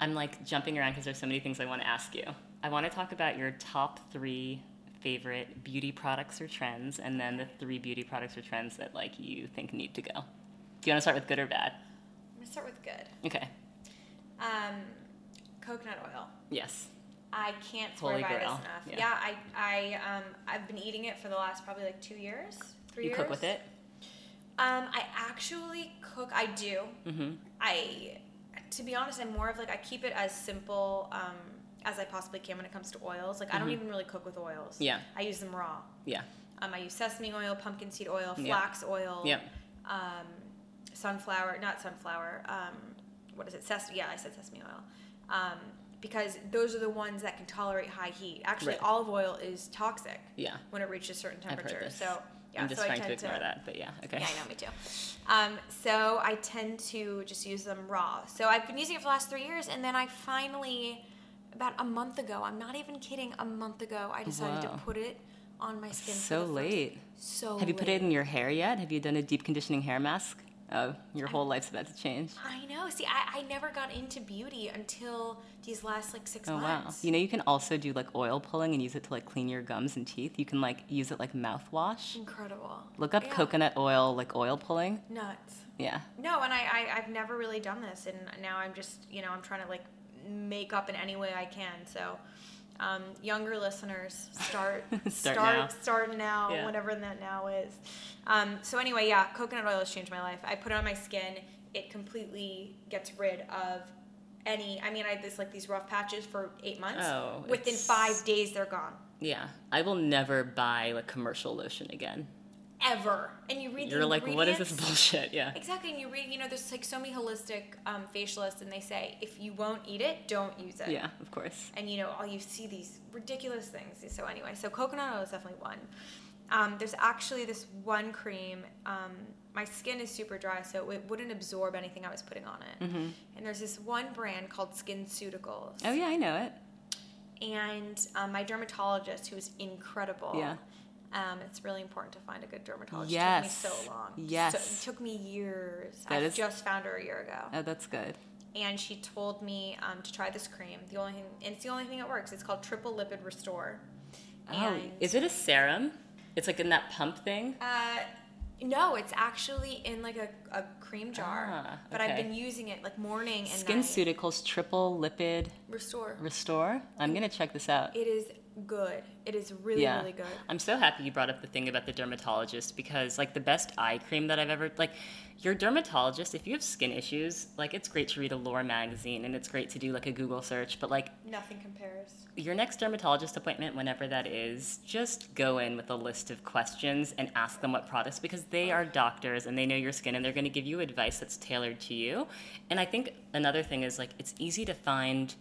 Speaker 1: I'm like jumping around because there's so many things I want to ask you. I want to talk about your top three favorite beauty products or trends, and then the three beauty products or trends that like you think need to go. Do you want to start with good or bad?
Speaker 2: I'm gonna start with good.
Speaker 1: Okay.
Speaker 2: Um, coconut oil.
Speaker 1: Yes.
Speaker 2: I can't swear
Speaker 1: Holy
Speaker 2: by this
Speaker 1: grail.
Speaker 2: enough.
Speaker 1: Yeah.
Speaker 2: Yeah, I, I, um, I've been eating it for the last probably like two years, three
Speaker 1: you
Speaker 2: years.
Speaker 1: cook with it.
Speaker 2: Um, I actually cook. I do.
Speaker 1: Mm-hmm.
Speaker 2: I, to be honest, I'm more of like I keep it as simple um, as I possibly can when it comes to oils. Like I don't even really cook with oils.
Speaker 1: Mm-hmm. Yeah.
Speaker 2: I use them raw.
Speaker 1: Yeah.
Speaker 2: Um, I use sesame oil, pumpkin seed oil,
Speaker 1: Yeah.
Speaker 2: flax oil.
Speaker 1: Yeah.
Speaker 2: Um, sunflower, not sunflower. Um, what is it? Sesame. Yeah, I said sesame oil. Um, because those are the ones that can tolerate high heat. Actually,
Speaker 1: Right.
Speaker 2: olive oil is toxic
Speaker 1: Yeah.
Speaker 2: when it reaches certain
Speaker 1: I've heard
Speaker 2: temperature.
Speaker 1: this.
Speaker 2: So yeah,
Speaker 1: I'm just
Speaker 2: so
Speaker 1: trying
Speaker 2: I
Speaker 1: to
Speaker 2: tend
Speaker 1: ignore that, but yeah. Okay.
Speaker 2: Yeah, I know, me too. Um, so I tend to just use them raw. So I've been using it for the last three years, and then I finally about a month ago. I'm not even kidding. A month ago, I decided
Speaker 1: Wow.
Speaker 2: to put it on my skin. for
Speaker 1: So
Speaker 2: the first-
Speaker 1: late.
Speaker 2: So
Speaker 1: Have you put it
Speaker 2: late.
Speaker 1: in your hair yet? Have you done a deep conditioning hair mask? Oh, your whole life's about to change.
Speaker 2: I know. See, I, I never got into beauty until these last like six
Speaker 1: Oh wow!
Speaker 2: months.
Speaker 1: You know you can also do like oil pulling and use it to like clean your gums and teeth. You can like use it like mouthwash.
Speaker 2: Incredible.
Speaker 1: Look up
Speaker 2: Yeah.
Speaker 1: coconut oil, like oil pulling.
Speaker 2: Nuts.
Speaker 1: Yeah.
Speaker 2: No, and I, I I've never really done this, and now I'm just you know I'm trying to like make up in any way I can. So, um, younger listeners, start
Speaker 1: Start
Speaker 2: start
Speaker 1: now.
Speaker 2: start now,
Speaker 1: Yeah.
Speaker 2: whatever that now is. Um, so anyway, yeah, coconut oil has changed my life. I put it on my skin; it completely gets rid of any. I mean, I had this like these rough patches for eight months.
Speaker 1: Oh,
Speaker 2: Within
Speaker 1: it's-
Speaker 2: five days, they're gone.
Speaker 1: Yeah. I will never buy like commercial lotion again.
Speaker 2: Ever. And you read the
Speaker 1: You're like, what is this
Speaker 2: ingredients,
Speaker 1: bullshit? Yeah.
Speaker 2: Exactly, and you read, you know, there's like so many holistic um, facialists, and they say if you won't eat it, don't use it.
Speaker 1: Yeah, of course.
Speaker 2: And you know, all you see these ridiculous things. So anyway, so coconut oil is definitely one. Um, there's actually this one cream. Um, my skin is super dry, so it wouldn't absorb anything I was putting on it. And there's this one brand called SkinCeuticals,
Speaker 1: Mm-hmm. Oh yeah, I know it.
Speaker 2: and um, my dermatologist, who is incredible.
Speaker 1: Yeah.
Speaker 2: Um, it's really important to find a good dermatologist.
Speaker 1: Yes.
Speaker 2: It took me so long.
Speaker 1: Yes.
Speaker 2: So, it took me years.
Speaker 1: That
Speaker 2: I
Speaker 1: is-
Speaker 2: just found her a year ago
Speaker 1: Oh, that's good.
Speaker 2: and she told me um, to try this cream. The only thing, and it's the only thing that works. It's called Triple Lipid Restore.
Speaker 1: Oh,
Speaker 2: And,
Speaker 1: is it a serum? It's like in that pump thing.
Speaker 2: Uh, no, it's actually in like a, a cream jar.
Speaker 1: Ah,
Speaker 2: But I've
Speaker 1: okay.
Speaker 2: been using it like morning and night.
Speaker 1: SkinCeuticals triple lipid
Speaker 2: Restore.
Speaker 1: restore. I'm gonna check this out.
Speaker 2: It is good. It is really
Speaker 1: yeah.
Speaker 2: really good.
Speaker 1: I'm so happy you brought up the thing about the dermatologist because like the best eye cream that I've ever like your dermatologist, if you have skin issues, like it's great to read a lore magazine and it's great to do like a Google search, but like
Speaker 2: Nothing compares.
Speaker 1: your next dermatologist appointment, whenever that is, just go in with a list of questions and ask them what products because they are doctors and they know your skin and they're going to give you advice that's tailored to you. And I think another thing is like it's easy to find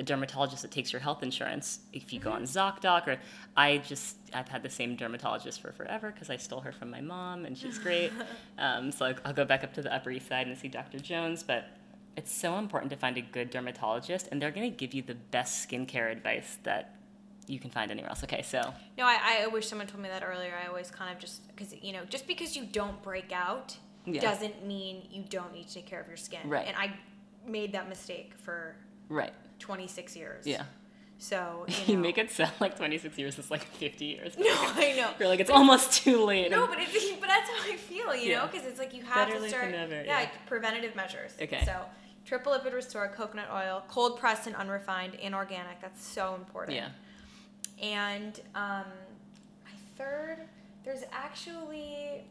Speaker 1: a dermatologist that takes your health insurance if you go on ZocDoc or I just I've had the same dermatologist for forever because I stole her from my mom and she's great. um, so I'll go back up to the Upper East Side and see Dr. Jones, but it's so important to find a good dermatologist, and they're going to give you the best skincare advice that you can find anywhere else. Okay, so
Speaker 2: No, I, I wish someone told me that earlier. I always kind of just because you know just because you don't break out
Speaker 1: Yeah.
Speaker 2: doesn't mean you don't need to take care of your skin.
Speaker 1: Right.
Speaker 2: And I made that mistake for
Speaker 1: right,
Speaker 2: 26 years.
Speaker 1: yeah,
Speaker 2: So you,
Speaker 1: you
Speaker 2: know.
Speaker 1: make it sound like 26 years is like 50 years.
Speaker 2: No, I know.
Speaker 1: You're like it's almost too late.
Speaker 2: No, but it's but that's how I feel, you know,
Speaker 1: Yeah.
Speaker 2: because it's like you have
Speaker 1: Better
Speaker 2: to
Speaker 1: late
Speaker 2: start.
Speaker 1: than never,
Speaker 2: yeah,
Speaker 1: yeah.
Speaker 2: preventative measures.
Speaker 1: Okay.
Speaker 2: So triple lipid restore, coconut oil, cold pressed and unrefined, inorganic. That's so important.
Speaker 1: yeah,
Speaker 2: And um, my third, there's actually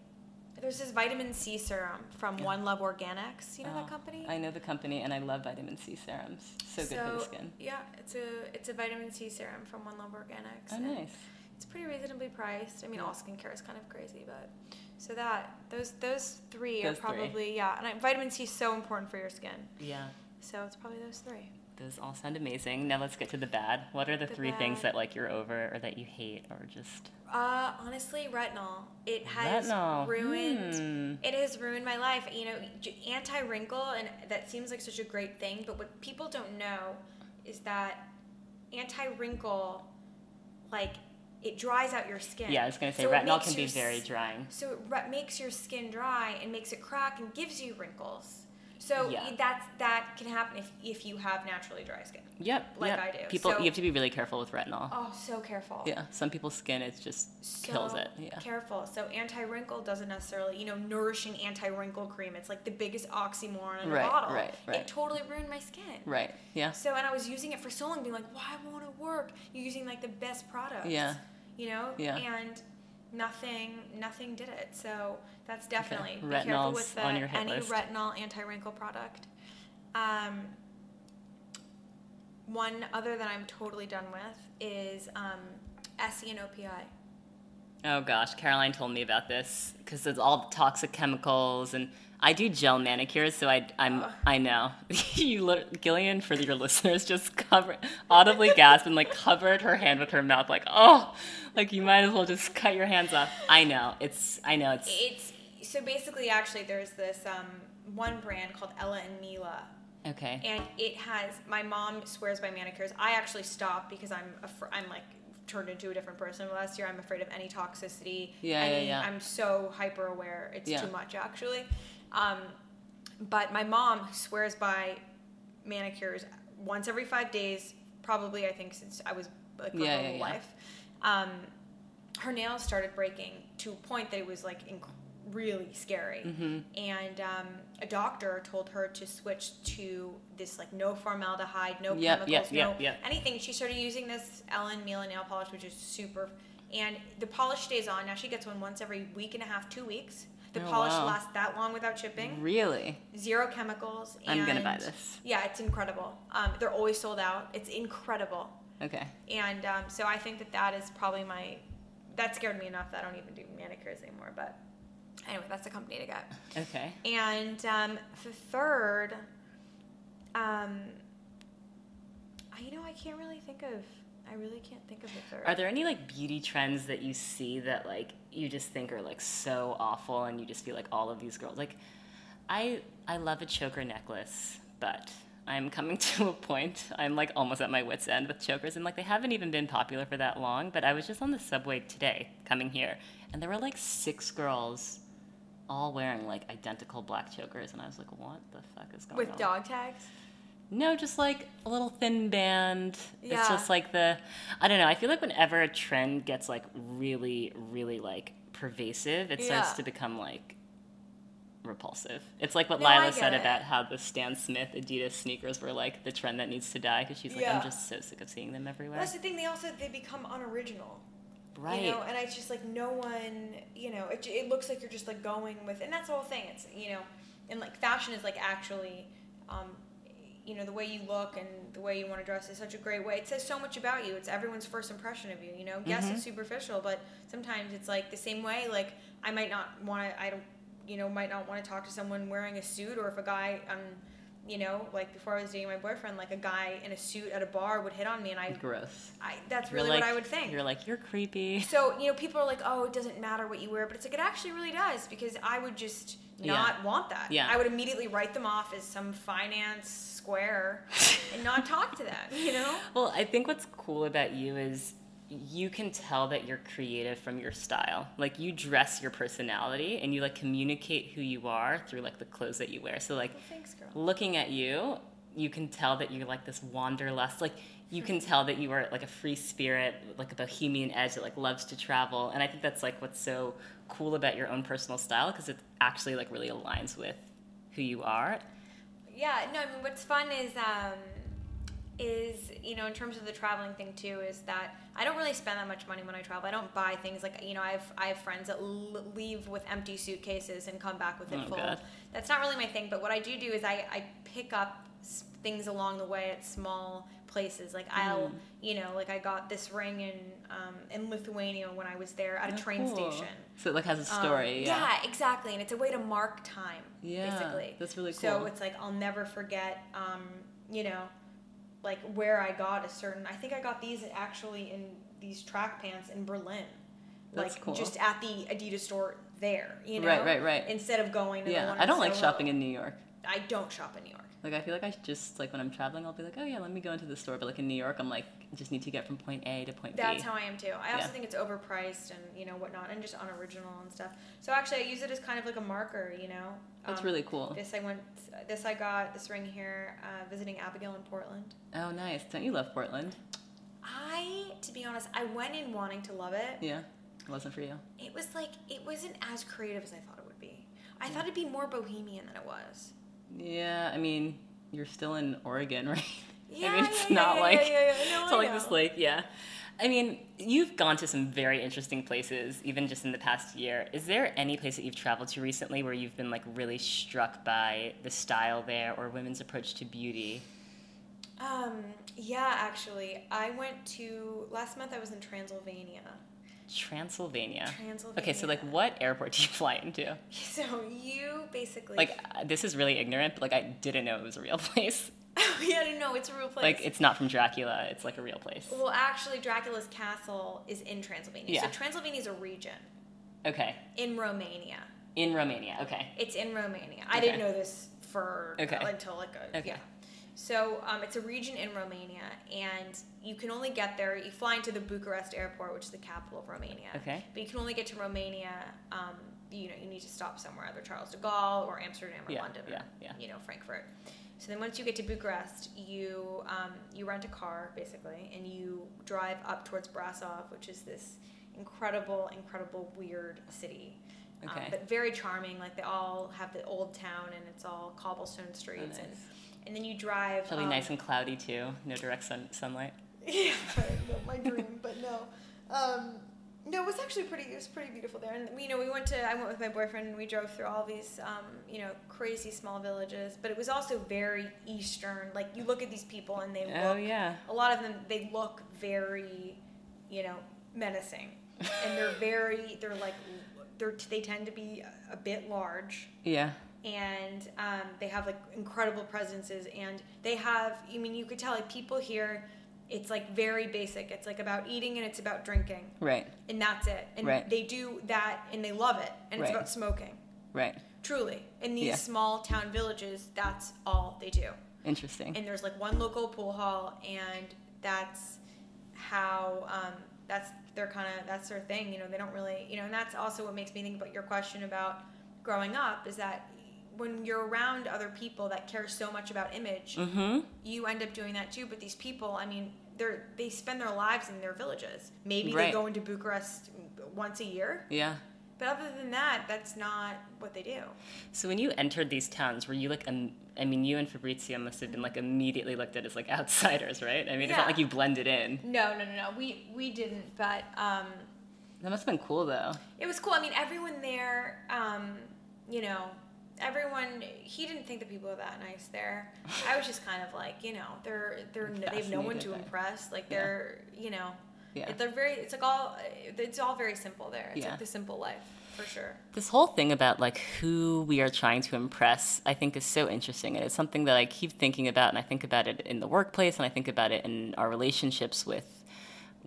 Speaker 2: there's this vitamin C serum from One Love Organics. You know that
Speaker 1: Oh,
Speaker 2: company?
Speaker 1: I know the company, and I love vitamin C serums. So good for the skin. Oh,
Speaker 2: Yeah, it's a it's a vitamin C serum from One Love Organics.
Speaker 1: Oh,
Speaker 2: and
Speaker 1: nice.
Speaker 2: It's pretty reasonably priced. I mean, all skincare is kind of crazy, but so that those those three
Speaker 1: Those
Speaker 2: are
Speaker 1: three.
Speaker 2: probably yeah. And I, vitamin C is so important for your skin,
Speaker 1: Yeah,
Speaker 2: so it's probably those three.
Speaker 1: those all sound amazing. Now let's get to the bad. What are the,
Speaker 2: The
Speaker 1: three things
Speaker 2: bad.
Speaker 1: that like you're over or that you hate or just
Speaker 2: Uh, honestly, retinol. It has
Speaker 1: Retinol.
Speaker 2: ruined.
Speaker 1: Hmm.
Speaker 2: It has ruined my life. You know, anti wrinkle, and that seems like such a great thing. But what people don't know is that anti wrinkle, like, it dries out your skin.
Speaker 1: Yeah, I was gonna say
Speaker 2: So it
Speaker 1: retinol
Speaker 2: makes
Speaker 1: can be
Speaker 2: your
Speaker 1: very
Speaker 2: s-
Speaker 1: drying.
Speaker 2: So it re- makes your skin dry and makes it crack and gives you wrinkles. So
Speaker 1: Yeah.
Speaker 2: that's that can happen if, if you have naturally dry skin.
Speaker 1: Yep.
Speaker 2: like
Speaker 1: yep.
Speaker 2: I do.
Speaker 1: People,
Speaker 2: So-
Speaker 1: you have to be really careful with retinol.
Speaker 2: Oh, so careful.
Speaker 1: Yeah, some people's skin it just
Speaker 2: So
Speaker 1: kills it. Yeah.
Speaker 2: Careful. So anti wrinkle doesn't necessarily, you know, nourishing anti wrinkle cream. It's like the biggest oxymoron in
Speaker 1: Right,
Speaker 2: a bottle.
Speaker 1: right, right.
Speaker 2: It totally ruined my skin.
Speaker 1: Right. Yeah.
Speaker 2: So and I was using it for so long, being like, why won't it work? You're using like the best product.
Speaker 1: Yeah.
Speaker 2: You know.
Speaker 1: Yeah.
Speaker 2: And nothing, nothing did it. So that's definitely be careful
Speaker 1: Retinol's
Speaker 2: with the,
Speaker 1: on your hit
Speaker 2: any
Speaker 1: list.
Speaker 2: retinol anti wrinkle product. Um, one other that I'm totally done with is um, SE and OPI.
Speaker 1: Oh gosh, Caroline told me about this because it's all the toxic chemicals, and I do gel manicures, so I I'm I know you lit- Gillian for your listeners just cover audibly gasped and like covered her hand with her mouth like oh like you might as well just cut your hands off. I know it's I know it's
Speaker 2: It's so basically, actually, there's this um, one brand called Ella and Mila,
Speaker 1: Okay.
Speaker 2: and it has my mom swears by manicures i actually stopped because i'm afr- i'm like turned into a different person last year i'm afraid of any toxicity
Speaker 1: Yeah, yeah,
Speaker 2: any,
Speaker 1: yeah.
Speaker 2: i'm so hyper aware it's
Speaker 1: Yeah.
Speaker 2: too much actually um, but my mom swears by manicures once every five days probably i think since i was like my
Speaker 1: Yeah,
Speaker 2: whole
Speaker 1: yeah, yeah.
Speaker 2: life um, her nails started breaking to a point that it was like inc- really scary
Speaker 1: Mm-hmm.
Speaker 2: and um, a doctor told her to switch to this like no formaldehyde no
Speaker 1: Yep, yep,
Speaker 2: chemicals no
Speaker 1: yep, yep.
Speaker 2: anything she started using this ellen Milan nail polish which is super and the polish stays on now she gets one once every week and a half two weeks the
Speaker 1: Oh,
Speaker 2: polish
Speaker 1: wow.
Speaker 2: lasts that long without shipping
Speaker 1: Really?
Speaker 2: zero chemicals and
Speaker 1: I'm gonna buy this.
Speaker 2: yeah it's incredible um, they're always sold out it's incredible
Speaker 1: Okay.
Speaker 2: and um, so I think that that is probably my that scared me enough that I don't even do manicures anymore. But anyway, that's the company to get.
Speaker 1: Okay.
Speaker 2: And um, the third, um, I you know I can't really think of. I really can't think of the third.
Speaker 1: Are there any like beauty trends that you see that like you just think are like so awful and you just feel like all of these girls like I I love a choker necklace, but I'm coming to a point. I'm like almost at my wits end with chokers and like they haven't even been popular for that long, but I was just on the subway today coming here and there were like six girls all wearing like identical black chokers and I was like what the fuck is going on?
Speaker 2: with dog tags?
Speaker 1: No, just like a little thin band. It's
Speaker 2: Yeah.
Speaker 1: just like the I don't know, I feel like whenever a trend gets like really, really like pervasive, it
Speaker 2: Yeah.
Speaker 1: starts to become like repulsive. It's like what
Speaker 2: No, I
Speaker 1: Lila said
Speaker 2: get it.
Speaker 1: about how the Stan Smith Adidas sneakers were like the trend that needs to die because she's like,
Speaker 2: Yeah.
Speaker 1: I'm just so sick of seeing them everywhere.
Speaker 2: That's the thing. They also they become unoriginal.
Speaker 1: right.
Speaker 2: You know, and it's just like no one, you know, it, it looks like you're just like going with, and that's the whole thing. It's, you know, and like fashion is like actually, um, you know, the way you look and the way you want to dress is such a great way. It says so much about you. It's everyone's first impression of you, you know? Yes,
Speaker 1: Mm-hmm.
Speaker 2: it's superficial, but sometimes it's like the same way, like I might not want to, I don't, you know, might not want to talk to someone wearing a suit or if a guy, um, you know, like before I was dating my boyfriend, like a guy in a suit at a bar would hit on me, and I,
Speaker 1: Gross.
Speaker 2: I that's
Speaker 1: You're
Speaker 2: really
Speaker 1: like-
Speaker 2: what I would think.
Speaker 1: You're like, you're creepy.
Speaker 2: So, you know, people are like, oh, it doesn't matter what you wear, but it's like, it actually really does because I would just not want that.
Speaker 1: Yeah.
Speaker 2: I would immediately write them off as some finance square and not talk to them, you know?
Speaker 1: Well, I think what's cool about you is you can tell that you're creative from your style. Like you dress your personality and you like communicate who you are through like the clothes that you wear. So like
Speaker 2: Well, thanks, girl.
Speaker 1: looking at you, you can tell that you're like this wanderlust. Like you can tell that you are like a free spirit, like a bohemian edge that like loves to travel. And I think that's like what's so cool about your own personal style because it actually like really aligns with who you are.
Speaker 2: Yeah, no, I mean, what's fun is, um, is you know in terms of the traveling thing too is that i don't really spend that much money when i travel i don't buy things like you know i have i have friends that l- leave with empty suitcases and come back with it
Speaker 1: Oh,
Speaker 2: full
Speaker 1: God.
Speaker 2: that's not really my thing but what i do do is i, I pick up s- things along the way at small places like i'll
Speaker 1: Hmm.
Speaker 2: you know like i got this ring in um, in lithuania when i was there at a
Speaker 1: Oh,
Speaker 2: train
Speaker 1: cool.
Speaker 2: station
Speaker 1: So it like has a
Speaker 2: Um,
Speaker 1: story. yeah.
Speaker 2: exactly and it's a way to mark time
Speaker 1: Yeah,
Speaker 2: basically
Speaker 1: that's really
Speaker 2: so
Speaker 1: cool.
Speaker 2: it's like i'll never forget um, you know like where i got a certain i think i got these actually in these track pants in berlin
Speaker 1: That's
Speaker 2: like
Speaker 1: cool.
Speaker 2: just at the adidas store there you know
Speaker 1: Right, right, right.
Speaker 2: instead of going to the
Speaker 1: Yeah,
Speaker 2: one
Speaker 1: I don't like
Speaker 2: Soho.
Speaker 1: shopping in New York.
Speaker 2: I don't shop in New York.
Speaker 1: Like I feel like I just like when I'm traveling, I'll be like, oh yeah, let me go into the store. But like in New York, I'm like, I just need to get from point A to point
Speaker 2: That's
Speaker 1: B.
Speaker 2: how I am too. I also
Speaker 1: Yeah.
Speaker 2: think it's overpriced and you know whatnot, and just unoriginal and stuff. So actually, I use it as kind of like a marker. You know,
Speaker 1: That's
Speaker 2: Um,
Speaker 1: really cool.
Speaker 2: This I went. This I got this ring here. Uh, visiting Abigail in Portland.
Speaker 1: Oh nice, don't you love Portland?
Speaker 2: I, to be honest, I went in wanting to love it.
Speaker 1: Yeah, it wasn't for you.
Speaker 2: It was like it wasn't as creative as I thought it would be. I thought it'd be more bohemian than it was.
Speaker 1: Yeah, I mean, you're still in Oregon, right?
Speaker 2: Yeah,
Speaker 1: I mean, it's
Speaker 2: yeah,
Speaker 1: not
Speaker 2: yeah,
Speaker 1: like
Speaker 2: yeah, yeah, Oh, yeah. No,
Speaker 1: it's
Speaker 2: I
Speaker 1: not like this
Speaker 2: know.
Speaker 1: lake. Yeah, I mean, you've gone to some very interesting places, even just in the past year. Is there any place that you've traveled to recently where you've been like really struck by the style there or women's approach to beauty?
Speaker 2: Um, yeah, actually, I went to last month. I was in Transylvania.
Speaker 1: Transylvania.
Speaker 2: Transylvania.
Speaker 1: Okay, so like, what airport do you fly into?
Speaker 2: So you basically
Speaker 1: Like, uh, this is really ignorant, but like, I didn't know it was a real place.
Speaker 2: Oh, yeah, no, no, it's a real place.
Speaker 1: Like, it's not from Dracula. It's like a real place.
Speaker 2: well, actually, Dracula's castle is in Transylvania. So
Speaker 1: Yeah.
Speaker 2: Transylvania is a region
Speaker 1: Okay,
Speaker 2: in Romania.
Speaker 1: in Romania. Okay,
Speaker 2: It's in Romania. I didn't
Speaker 1: Okay.
Speaker 2: know this for
Speaker 1: Okay.
Speaker 2: until like a,
Speaker 1: Okay.
Speaker 2: yeah. So um, it's a region in Romania, and you can only get there. You fly into the Bucharest airport, which is the capital of Romania.
Speaker 1: Okay.
Speaker 2: But you can only get to Romania. Um, you know, you need to stop somewhere, either Charles de Gaulle or Amsterdam or
Speaker 1: Yeah,
Speaker 2: London or
Speaker 1: yeah, yeah.
Speaker 2: you know Frankfurt. So then once you get to Bucharest, you um, you rent a car basically, and you drive up towards Brasov, which is this incredible, incredible weird city. Um,
Speaker 1: Okay.
Speaker 2: but very charming. Like they all have the old town, and it's all cobblestone streets, and
Speaker 1: Oh, nice.
Speaker 2: and then you drive.
Speaker 1: Probably
Speaker 2: um,
Speaker 1: nice and cloudy too. No direct sun- sunlight.
Speaker 2: yeah, not my dream, but no. Um, no, it was actually pretty. It was pretty beautiful there, and you know, we went to. I went with my boyfriend, and we drove through all these, um, you know, crazy small villages. But it was also very eastern. Like you look at these people, and they
Speaker 1: Oh
Speaker 2: look.
Speaker 1: yeah.
Speaker 2: A lot of them, they look very, you know, menacing, and they're very. They're like, they're they tend to be a- a bit large
Speaker 1: Yeah.
Speaker 2: and um, they have like incredible presences and they have i mean you could tell like people here it's like very basic it's like about eating and it's about drinking
Speaker 1: Right.
Speaker 2: and that's it and
Speaker 1: Right.
Speaker 2: they do that and they love it and it's
Speaker 1: Right.
Speaker 2: about smoking
Speaker 1: Right.
Speaker 2: truly in these
Speaker 1: Yeah.
Speaker 2: small town villages that's all they do
Speaker 1: Interesting.
Speaker 2: and there's like one local pool hall and that's how um, that's their kind of that's their thing you know they don't really you know and that's also what makes me think about your question about growing up is that when you're around other people that care so much about image
Speaker 1: mm-hmm.
Speaker 2: you end up doing that too but these people i mean they're they spend their lives in their villages maybe
Speaker 1: Right.
Speaker 2: they go into bucharest once a year
Speaker 1: Yeah.
Speaker 2: but other than that that's not what they do
Speaker 1: So when you entered these towns, were you like, um, I mean, you and Fabrizio must have been like immediately looked at as like outsiders, right? I mean, it's
Speaker 2: Yeah.
Speaker 1: not like you blended in.
Speaker 2: no no no no we we didn't but um
Speaker 1: That must have been cool though.
Speaker 2: it was cool. I mean, everyone there, um, you know, everyone. He didn't think the people were that nice there. I was just kind of like, you know, they're they're they have no one
Speaker 1: Fascinated
Speaker 2: to
Speaker 1: by it.
Speaker 2: impress. Like
Speaker 1: Yeah.
Speaker 2: they're, you know,
Speaker 1: Yeah.
Speaker 2: they're very. It's like all. It's all very simple there. It's
Speaker 1: Yeah.
Speaker 2: like the simple life for sure.
Speaker 1: This whole thing about like who we are trying to impress, I think, is so interesting, and it's something that I keep thinking about, and I think about it in the workplace, and I think about it in our relationships with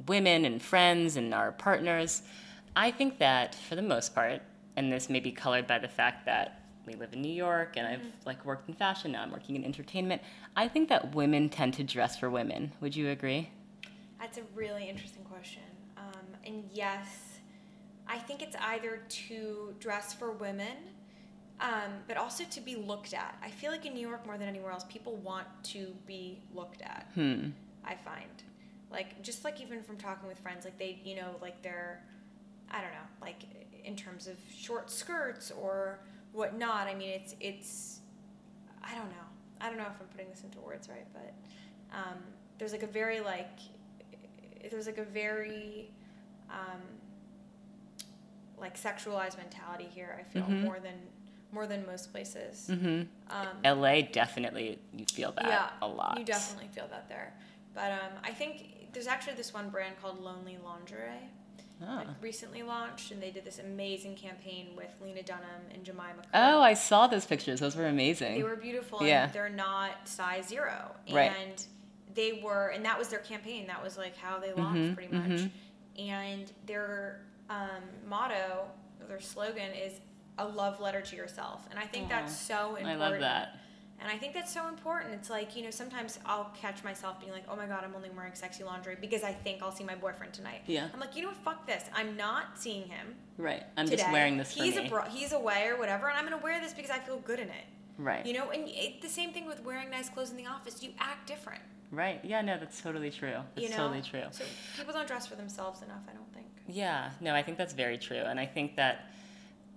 Speaker 1: women and friends and our partners. I think that for the most part, and this may be colored by the fact that we live in New York and I've
Speaker 2: Mm-hmm.
Speaker 1: like worked in fashion, now I'm working in entertainment. I think that women tend to dress for women. Would you agree?
Speaker 2: That's a really interesting question. Um, and yes, I think it's either to dress for women, um, but also to be looked at. I feel like in New York more than anywhere else, people want to be looked at.
Speaker 1: Hmm.
Speaker 2: I find, like, just like even from talking with friends, like they, you know, like they're, I don't know, like in terms of short skirts or whatnot. I mean, it's it's I don't know. I don't know if I'm putting this into words right, but um, there's like a very like there's like a very um, like sexualized mentality here. I feel
Speaker 1: Mhm.
Speaker 2: more than more than most places.
Speaker 1: Mm-hmm.
Speaker 2: Um,
Speaker 1: LA definitely you feel that
Speaker 2: Yeah,
Speaker 1: a lot.
Speaker 2: you definitely feel that there. But um, I think there's actually this one brand called Lonely Lingerie
Speaker 1: Oh.
Speaker 2: that recently launched, and they did this amazing campaign with Lena Dunham and Jemima. Kirk.
Speaker 1: Oh, I saw those pictures. Those were amazing.
Speaker 2: They were beautiful.
Speaker 1: Yeah.
Speaker 2: And they're not size zero. And
Speaker 1: Right.
Speaker 2: they were, and that was their campaign. That was like how they launched
Speaker 1: Mhm,
Speaker 2: pretty much.
Speaker 1: mhm.
Speaker 2: And their um, motto, their slogan is a love letter to yourself. And I think that's so important.
Speaker 1: I love that.
Speaker 2: And I think that's so important. It's like, you know, sometimes I'll catch myself being like, oh my God, I'm only wearing sexy laundry because I think I'll see my boyfriend tonight.
Speaker 1: Yeah.
Speaker 2: I'm like, you know what? Fuck this. I'm not seeing him.
Speaker 1: Right. I'm
Speaker 2: today.
Speaker 1: just wearing this for
Speaker 2: he's
Speaker 1: me.
Speaker 2: Abro- he's away or whatever, and I'm going to wear this because I feel good in it.
Speaker 1: right.
Speaker 2: You know, and it, the same thing with wearing nice clothes in the office. You act different.
Speaker 1: right. Yeah, no, that's totally true. That's
Speaker 2: You know?
Speaker 1: totally true.
Speaker 2: So people don't dress for themselves enough, I don't think.
Speaker 1: Yeah, no, I think that's very true. And I think that,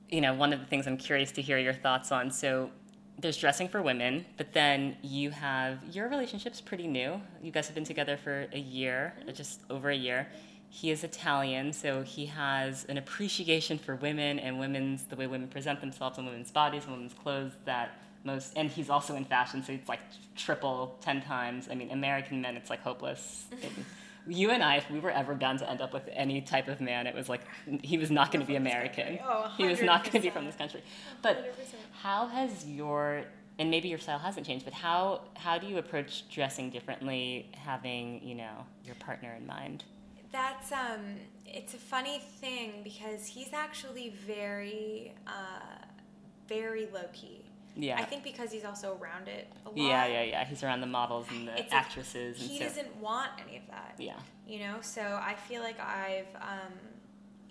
Speaker 1: you know, one of the things I'm curious to hear your thoughts on. So there's dressing for women, but then you have your relationship's pretty new. You guys have been together for a year, uh, just over a year. He is Italian, so he has an appreciation for women and women's the way women present themselves and women's bodies and women's clothes that most and he's also in fashion, so it's like triple, ten times. I mean, American men, it's like hopeless. You and I, if we were ever bound to end up with any type of man, it was like he was not going to be American.
Speaker 2: Oh,
Speaker 1: he was not going to be
Speaker 2: 100%.
Speaker 1: from this country. But
Speaker 2: 100%.
Speaker 1: how has your and maybe your style hasn't changed, but how how do you approach dressing differently, having you know your partner in mind?
Speaker 2: That's um, it's a funny thing because he's actually very, uh, very low key.
Speaker 1: Yeah.
Speaker 2: I think because he's also around it a lot.
Speaker 1: Yeah, yeah, yeah. He's around the models and the
Speaker 2: It's like,
Speaker 1: actresses and
Speaker 2: He
Speaker 1: so.
Speaker 2: doesn't want any of that.
Speaker 1: yeah.
Speaker 2: You know, so I feel like I've, um,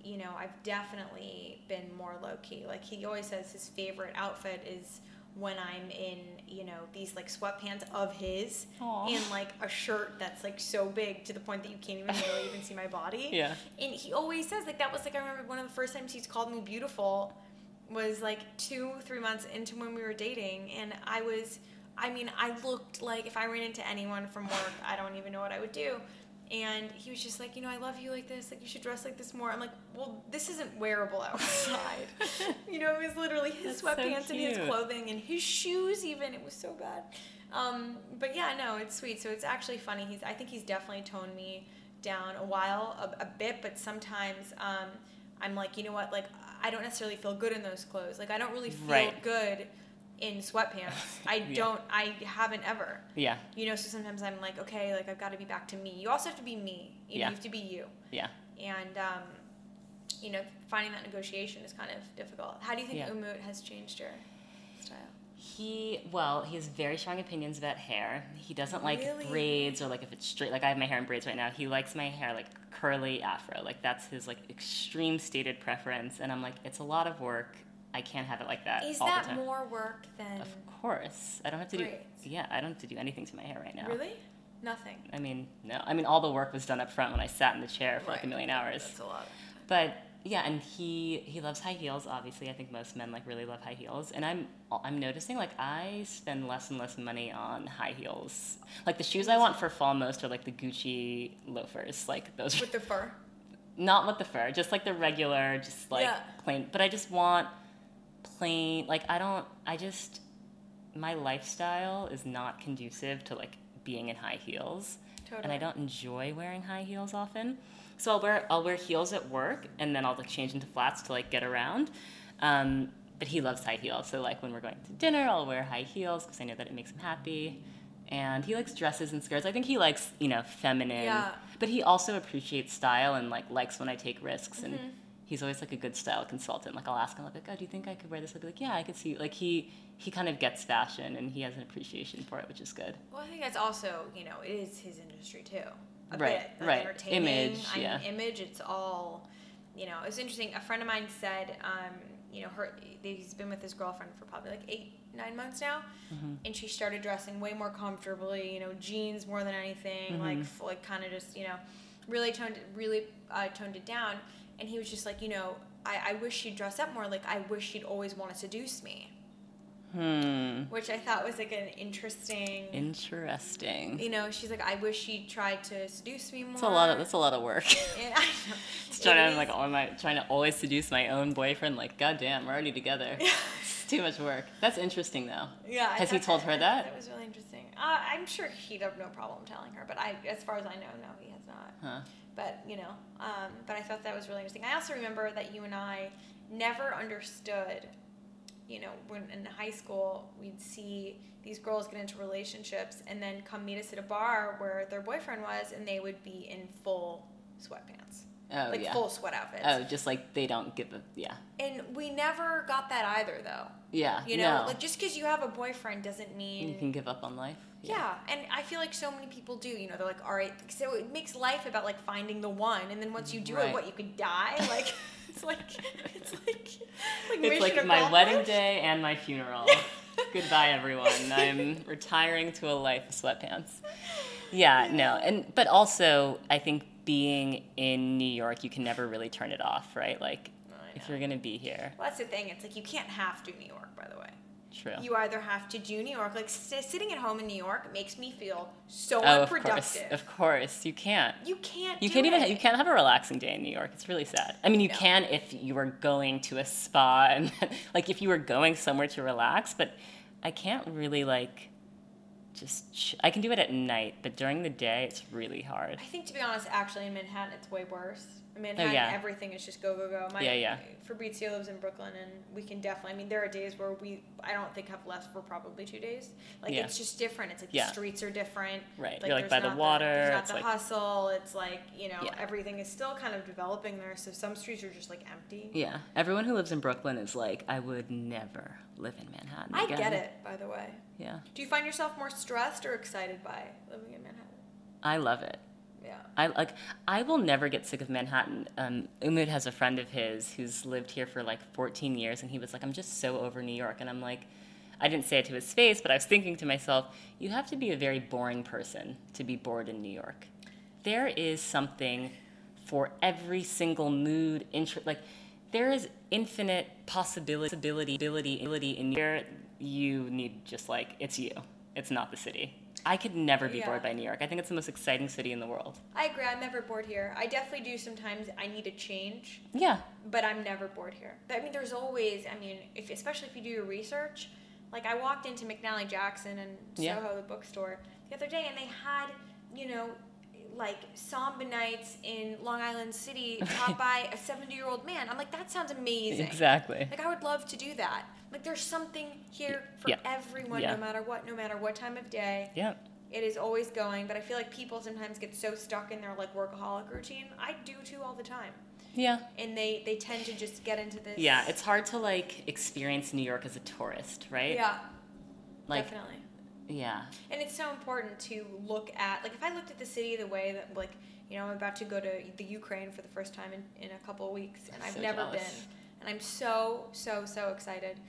Speaker 2: you know, I've definitely been more low key. Like he always says, his favorite outfit is when I'm in, you know, these like sweatpants of his,
Speaker 1: Aw.
Speaker 2: and like a shirt that's like so big to the point that you can't even really even see my body.
Speaker 1: Yeah.
Speaker 2: And he always says like that was like I remember one of the first times he's called me beautiful was like two three months into when we were dating, and I was. I mean, I looked like if I ran into anyone from work, I don't even know what I would do. And he was just like, you know, I love you like this. Like, you should dress like this more. I'm like, well, this isn't wearable outside. you know, it was literally his
Speaker 1: That's so
Speaker 2: sweatpants and his
Speaker 1: cute.
Speaker 2: clothes clothing and his shoes even it was so bad um, but yeah no it's sweet so it's actually funny he's i think he's definitely toned me down a while a, a bit but sometimes um, i'm like you know what like i don't necessarily feel good in those clothes like i don't really feel
Speaker 1: Right.
Speaker 2: good in sweatpants i
Speaker 1: Yeah.
Speaker 2: don't i haven't ever
Speaker 1: Yeah.
Speaker 2: you know so sometimes i'm like okay like i've got to be back to me you also have to be me you, know,
Speaker 1: Yeah.
Speaker 2: you have to be you
Speaker 1: Yeah.
Speaker 2: and um, you know finding that negotiation is kind of difficult how do you think
Speaker 1: Yeah.
Speaker 2: umut has changed your style
Speaker 1: He well, he has very strong opinions about hair. He doesn't like
Speaker 2: Really?
Speaker 1: braids or like if it's straight. Like I have my hair in braids right now. He likes my hair like curly afro. Like that's his like extreme stated preference. And I'm like, it's a lot of work. I can't have it like that
Speaker 2: Is
Speaker 1: Uh, all
Speaker 2: that
Speaker 1: the time.
Speaker 2: more work than
Speaker 1: of course, I don't have to do.
Speaker 2: Braids.
Speaker 1: Yeah, I don't have to do anything to my hair right now.
Speaker 2: really nothing?
Speaker 1: I mean, no. I mean, all the work was done up front when I sat in the chair for like a
Speaker 2: Right.
Speaker 1: million hours.
Speaker 2: That's a lot.
Speaker 1: But yeah, and he he loves high heels. Obviously, I think most men like really love high heels. And I'm I'm noticing like I spend less and less money on high heels. Like the shoes I want for fall most are like the Gucci loafers. Like those, are,
Speaker 2: With the fur,
Speaker 1: not with the fur, just like the regular, just like
Speaker 2: Yeah.
Speaker 1: plain. But I just want plain. Like I don't. I just my lifestyle is not conducive to like being in high heels
Speaker 2: totally.
Speaker 1: and I don't enjoy wearing high heels often. So I'll wear I'll wear heels at work, and then I'll like change into flats to like get around. Um, but he loves high heels, so like when we're going to dinner, I'll wear high heels because I know that it makes him happy. And he likes dresses and skirts. I think he likes you know feminine,
Speaker 2: Yeah.
Speaker 1: but he also appreciates style and like likes when I take risks and. He's always like a good style consultant. Like I'll ask him, like, "Oh, do you think I could wear this?" I'll be like, "Yeah, I could see." Like he he kind of gets fashion and he has an appreciation for it, which is good.
Speaker 2: Well, I think that's also you know it is his industry too. A
Speaker 1: Right,
Speaker 2: bit. Like
Speaker 1: right.
Speaker 2: entertaining,
Speaker 1: Image,
Speaker 2: I mean,
Speaker 1: yeah.
Speaker 2: Image. It's all. You know, it was interesting. A friend of mine said, um, you know, her he's been with his girlfriend for probably like eight, nine months now,
Speaker 1: Mm-hmm.
Speaker 2: and she started dressing way more comfortably. You know, jeans more than
Speaker 1: Mm-hmm.
Speaker 2: anything. Like, f- like kind of just you know, really toned really uh, toned it down. And he was just like, you know, I, I wish she'd dress up more. Like, I wish she'd always want to seduce me,
Speaker 1: Hmm.
Speaker 2: which I thought was like an interesting
Speaker 1: Interesting.
Speaker 2: you know, she's like, I wish she tried to seduce me more.
Speaker 1: That's a lot of that's a lot of work.
Speaker 2: And I know.
Speaker 1: Just
Speaker 2: It
Speaker 1: trying to,
Speaker 2: is-
Speaker 1: I'm like, oh, am I trying to always seduce my own boyfriend? Like, goddamn, we're already together. it's too much work. That's interesting though.
Speaker 2: yeah. I
Speaker 1: Has he
Speaker 2: thought
Speaker 1: told her that?
Speaker 2: That was really interesting. Uh, I'm sure he'd have no problem telling her, but I, as far as I know, no, he has not.
Speaker 1: Huh.
Speaker 2: But you know, um, but I thought that was really interesting. I also remember that you and I never understood. You know, when in high school, we'd see these girls get into relationships and then come meet us at a bar where their boyfriend was, and they would be in full sweatpants,
Speaker 1: Oh
Speaker 2: like
Speaker 1: yeah.
Speaker 2: full sweat outfits.
Speaker 1: Oh, just like they don't give a yeah.
Speaker 2: And we never got that either, though.
Speaker 1: Yeah.
Speaker 2: You know,
Speaker 1: no.
Speaker 2: like just because you have a boyfriend doesn't
Speaker 1: you
Speaker 2: mean.
Speaker 1: can give up on life.
Speaker 2: yeah. and I feel like so many people do. You know, they're like, all right, so it makes life about like finding the one, and then once you do
Speaker 1: Right.
Speaker 2: it, what you could die. Like, it's like, it's like, like
Speaker 1: It's
Speaker 2: mission
Speaker 1: like my
Speaker 2: accomplished.
Speaker 1: wedding day and my funeral. Goodbye, everyone. I'm retiring to a life of sweatpants. Yeah, no, and but also I think being in New York, you can never really turn it off, right? Like
Speaker 2: I
Speaker 1: if
Speaker 2: know.
Speaker 1: you're gonna be here,
Speaker 2: Well, that's the thing. It's like you can't have to New York, by the way.
Speaker 1: true.
Speaker 2: You either have to do New York. Like s- sitting at home in New York makes me feel so
Speaker 1: oh, of course,
Speaker 2: unproductive.
Speaker 1: of course, you can't.
Speaker 2: You can't.
Speaker 1: You
Speaker 2: do
Speaker 1: can't even
Speaker 2: it.
Speaker 1: you can't have a relaxing day in New York. It's really sad. I mean, you
Speaker 2: No.
Speaker 1: can if you were going to a spa and like if you were going somewhere to relax, but I can't really like just ch- I can do it at night, but during the day it's really hard.
Speaker 2: I think to be honest, actually in Manhattan it's way worse Manhattan,
Speaker 1: Oh, yeah.
Speaker 2: everything is just go go go. My,
Speaker 1: Yeah, yeah.
Speaker 2: Fabrizio lives in Brooklyn, and we can definitely. I mean, there are days where we I don't think have left for probably two days. Like
Speaker 1: Yeah.
Speaker 2: it's just different. It's like
Speaker 1: Yeah.
Speaker 2: the streets are different.
Speaker 1: Right. You're, like,
Speaker 2: there's
Speaker 1: by the
Speaker 2: not
Speaker 1: water,
Speaker 2: there's not
Speaker 1: it's
Speaker 2: the
Speaker 1: like-
Speaker 2: hustle. It's like you know
Speaker 1: Yeah.
Speaker 2: everything is still kind of developing there. So some streets are just like empty.
Speaker 1: Yeah. Everyone who lives in Brooklyn is like, I would never live in Manhattan.
Speaker 2: I
Speaker 1: again."
Speaker 2: get it, by the way.
Speaker 1: Yeah.
Speaker 2: Do you find yourself more stressed or excited by living in Manhattan?
Speaker 1: I love it.
Speaker 2: Yeah.
Speaker 1: I like. I will never get sick of Manhattan. Um, Umud has a friend of his who's lived here for like 14 years, and he was like, "I'm just so over New York." And I'm like, I didn't say it to his face, but I was thinking to myself, you have to be a very boring person to be bored in New York. There is something for every single mood. Intro, like there is infinite possibility, ability, ability, ability in here. You need just like it's you. It's not the city. I could never be
Speaker 2: Yeah.
Speaker 1: bored by New York. I think it's the most exciting city in the world.
Speaker 2: I agree. I'm never bored here. I definitely do sometimes. I need a change,
Speaker 1: Yeah.
Speaker 2: but I'm never bored here. But, I mean, there's always. I mean, if especially if you do your research, like I walked into McNally Jackson and Soho,
Speaker 1: Yeah.
Speaker 2: the bookstore, the other day, and they had, you know, like Samba nights in Long Island City, taught by a 70 year old man. I'm like, that sounds amazing.
Speaker 1: Exactly.
Speaker 2: Like I would love to do that. Like there's something here for
Speaker 1: Yeah.
Speaker 2: everyone,
Speaker 1: Yeah.
Speaker 2: no matter what, no matter what time of day.
Speaker 1: Yeah.
Speaker 2: It is always going, but I feel like people sometimes get so stuck in their like workaholic routine. I do too all the time,
Speaker 1: Yeah.
Speaker 2: and they they tend to just get into this.
Speaker 1: Yeah, it's hard to like experience New York as a tourist, right?
Speaker 2: yeah,
Speaker 1: Like
Speaker 2: definitely.
Speaker 1: yeah.
Speaker 2: And it's so important to look at like if I looked at the city the way that like you know I'm about to go to the Ukraine for the first time in, in a couple of weeks and I've
Speaker 1: So
Speaker 2: never
Speaker 1: jealous.
Speaker 2: been and I'm so so so excited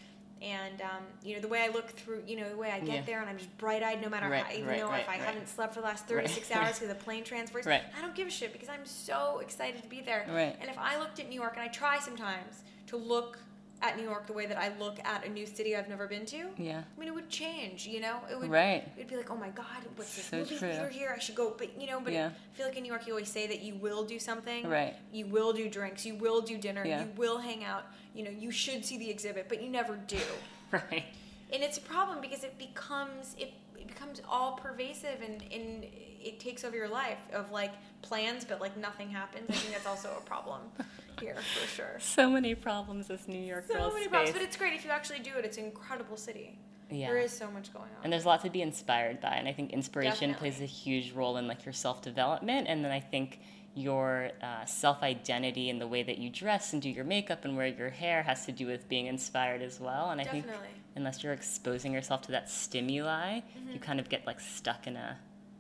Speaker 2: and um, you know the way I look through you know the way I get
Speaker 1: Yeah.
Speaker 2: there and I'm just bright eyed no matter
Speaker 1: Right,
Speaker 2: how, even
Speaker 1: right,
Speaker 2: though
Speaker 1: right,
Speaker 2: if I
Speaker 1: right.
Speaker 2: haven't slept for the last 36
Speaker 1: Right,
Speaker 2: hours
Speaker 1: right.
Speaker 2: because the plane transfers
Speaker 1: Right.
Speaker 2: I don't give a shit because I'm so excited to be there
Speaker 1: Right.
Speaker 2: and if I looked at New York and I try sometimes to look at New York the way that I look at a new city I've never been to
Speaker 1: Yeah.
Speaker 2: I mean, it would change, you know. It would
Speaker 1: Right.
Speaker 2: It'd be like, oh my god, what's this
Speaker 1: So
Speaker 2: movie
Speaker 1: true.
Speaker 2: theater here? I should go, but you know, but
Speaker 1: Yeah.
Speaker 2: I feel like in New York, you always say that you will do something,
Speaker 1: Right.
Speaker 2: You will do drinks, you will do dinner,
Speaker 1: Yeah.
Speaker 2: you will hang out. You know, you should see the exhibit, but you never do,
Speaker 1: Right.
Speaker 2: and it's a problem because it becomes it, it becomes all pervasive and and it takes over your life of like plans, but like nothing happens. I think that's also a problem here for sure.
Speaker 1: So many problems this New York
Speaker 2: So
Speaker 1: girl
Speaker 2: many
Speaker 1: space.
Speaker 2: problems, but it's great if you actually do it. It's an incredible city.
Speaker 1: yeah.
Speaker 2: There is so much going on.
Speaker 1: and there's a lot to be inspired by and i think inspiration
Speaker 2: Definitely.
Speaker 1: plays a huge role in like your self-development and then i think your uh, self-identity and the way that you dress and do your makeup and wear your hair has to do with being inspired as well and i think
Speaker 2: Definitely.
Speaker 1: unless you're exposing yourself to that stimuli
Speaker 2: Mm-hmm.
Speaker 1: you kind of get like stuck in a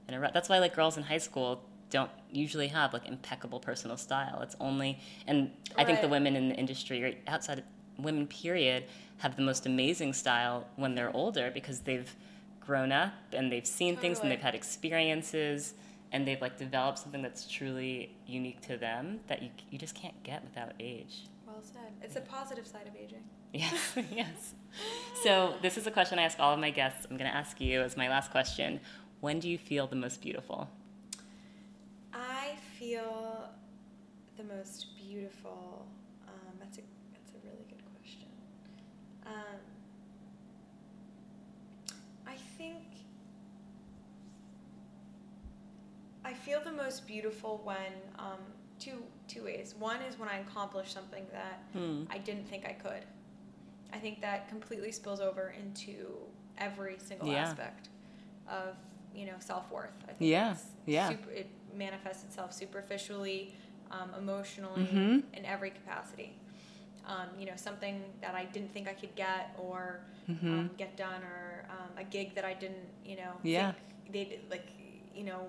Speaker 1: in a rut that's why like girls in high school don't usually have like impeccable personal style it's only and i think the
Speaker 2: Right.
Speaker 1: women in the industry or outside of women period have the most amazing style when they're older because they've grown up and they've seen things and
Speaker 2: Totally.
Speaker 1: they've had experiences and they've like developed something that's truly unique to them that you, you just can't get without age
Speaker 2: Well said. It's the positive side of aging.
Speaker 1: Yes, yes. So, this is a question I ask all of my guests. I'm going to ask you as my last question. When do you feel the most beautiful?
Speaker 2: I feel the most beautiful. Um, that's a that's a really good question. Um, I think I feel the most beautiful when um, two two ways. One is when I accomplish something that
Speaker 1: Hmm.
Speaker 2: I didn't think I could. I think that completely spills over into every single
Speaker 1: Yeah.
Speaker 2: aspect of you know self worth. I think
Speaker 1: Yeah,
Speaker 2: it's
Speaker 1: yeah.
Speaker 2: Super, it manifests itself superficially, um, emotionally,
Speaker 1: Mhm.
Speaker 2: in every capacity. Um, you know, something that I didn't think I could get or
Speaker 1: Mm-hmm.
Speaker 2: um, get done, or um, a gig that I didn't, you know,
Speaker 1: Yeah.
Speaker 2: think they like, you know,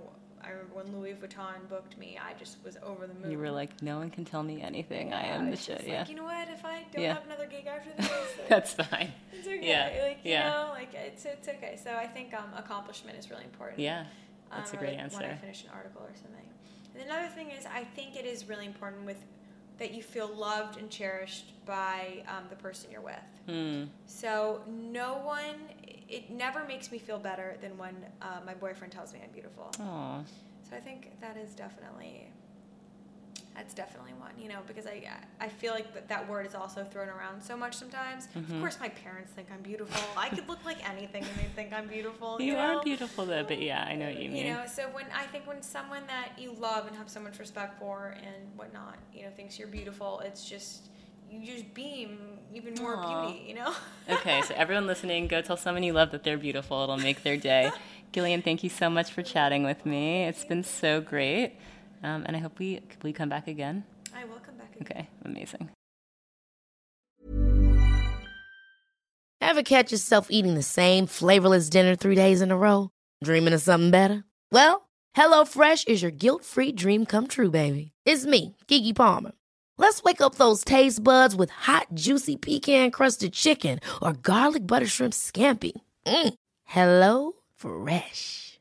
Speaker 2: I remember when Louis Vuitton booked me, I just was over the moon.
Speaker 1: You were like, no one can tell me anything. I
Speaker 2: Yeah,
Speaker 1: am the
Speaker 2: it's
Speaker 1: shit.
Speaker 2: just
Speaker 1: Yeah.
Speaker 2: Like, you know what? If I don't
Speaker 1: Yeah.
Speaker 2: have another gig after this, like,
Speaker 1: That's fine.
Speaker 2: it's okay.
Speaker 1: yeah,
Speaker 2: Like you
Speaker 1: yeah.
Speaker 2: know, like it's it's okay. So I think um, accomplishment is really important.
Speaker 1: Yeah. that's
Speaker 2: um,
Speaker 1: a
Speaker 2: or,
Speaker 1: great
Speaker 2: like, When I
Speaker 1: answer.
Speaker 2: finish an article or something. And another thing is, I think it is really important with that you feel loved and cherished by um, the person you're with.
Speaker 1: Hmm.
Speaker 2: So no one, it never makes me feel better than when uh, my boyfriend tells me I'm beautiful.
Speaker 1: Aw.
Speaker 2: So I think that is definitely That's definitely one, you know, because I I feel like that, that word is also thrown around so much sometimes.
Speaker 1: Mm-hmm.
Speaker 2: Of course, my parents think I'm beautiful. I could look like anything and they think I'm beautiful. You,
Speaker 1: You
Speaker 2: know?
Speaker 1: are beautiful though, but yeah, I know what you mean.
Speaker 2: You know, so when I think when someone that you love and have so much respect for and whatnot, you know, thinks you're beautiful, it's just you just beam even more
Speaker 1: Aw.
Speaker 2: beauty, you know.
Speaker 1: okay, so everyone listening, go tell someone you love that they're beautiful. It'll make their day. Gillian, thank you so much for chatting with me. It's been so great. Um, and I hope we will you come back again.
Speaker 2: I will come back again.
Speaker 1: Okay, amazing.
Speaker 3: Ever catch yourself eating the same flavorless dinner three days in a row? Dreaming of something better? Well, HelloFresh is your guilt free dream come true, baby. It's me, Gigi Palmer. Let's wake up those taste buds with hot, juicy pecan crusted chicken or garlic butter shrimp scampi. Mm. Hello Fresh.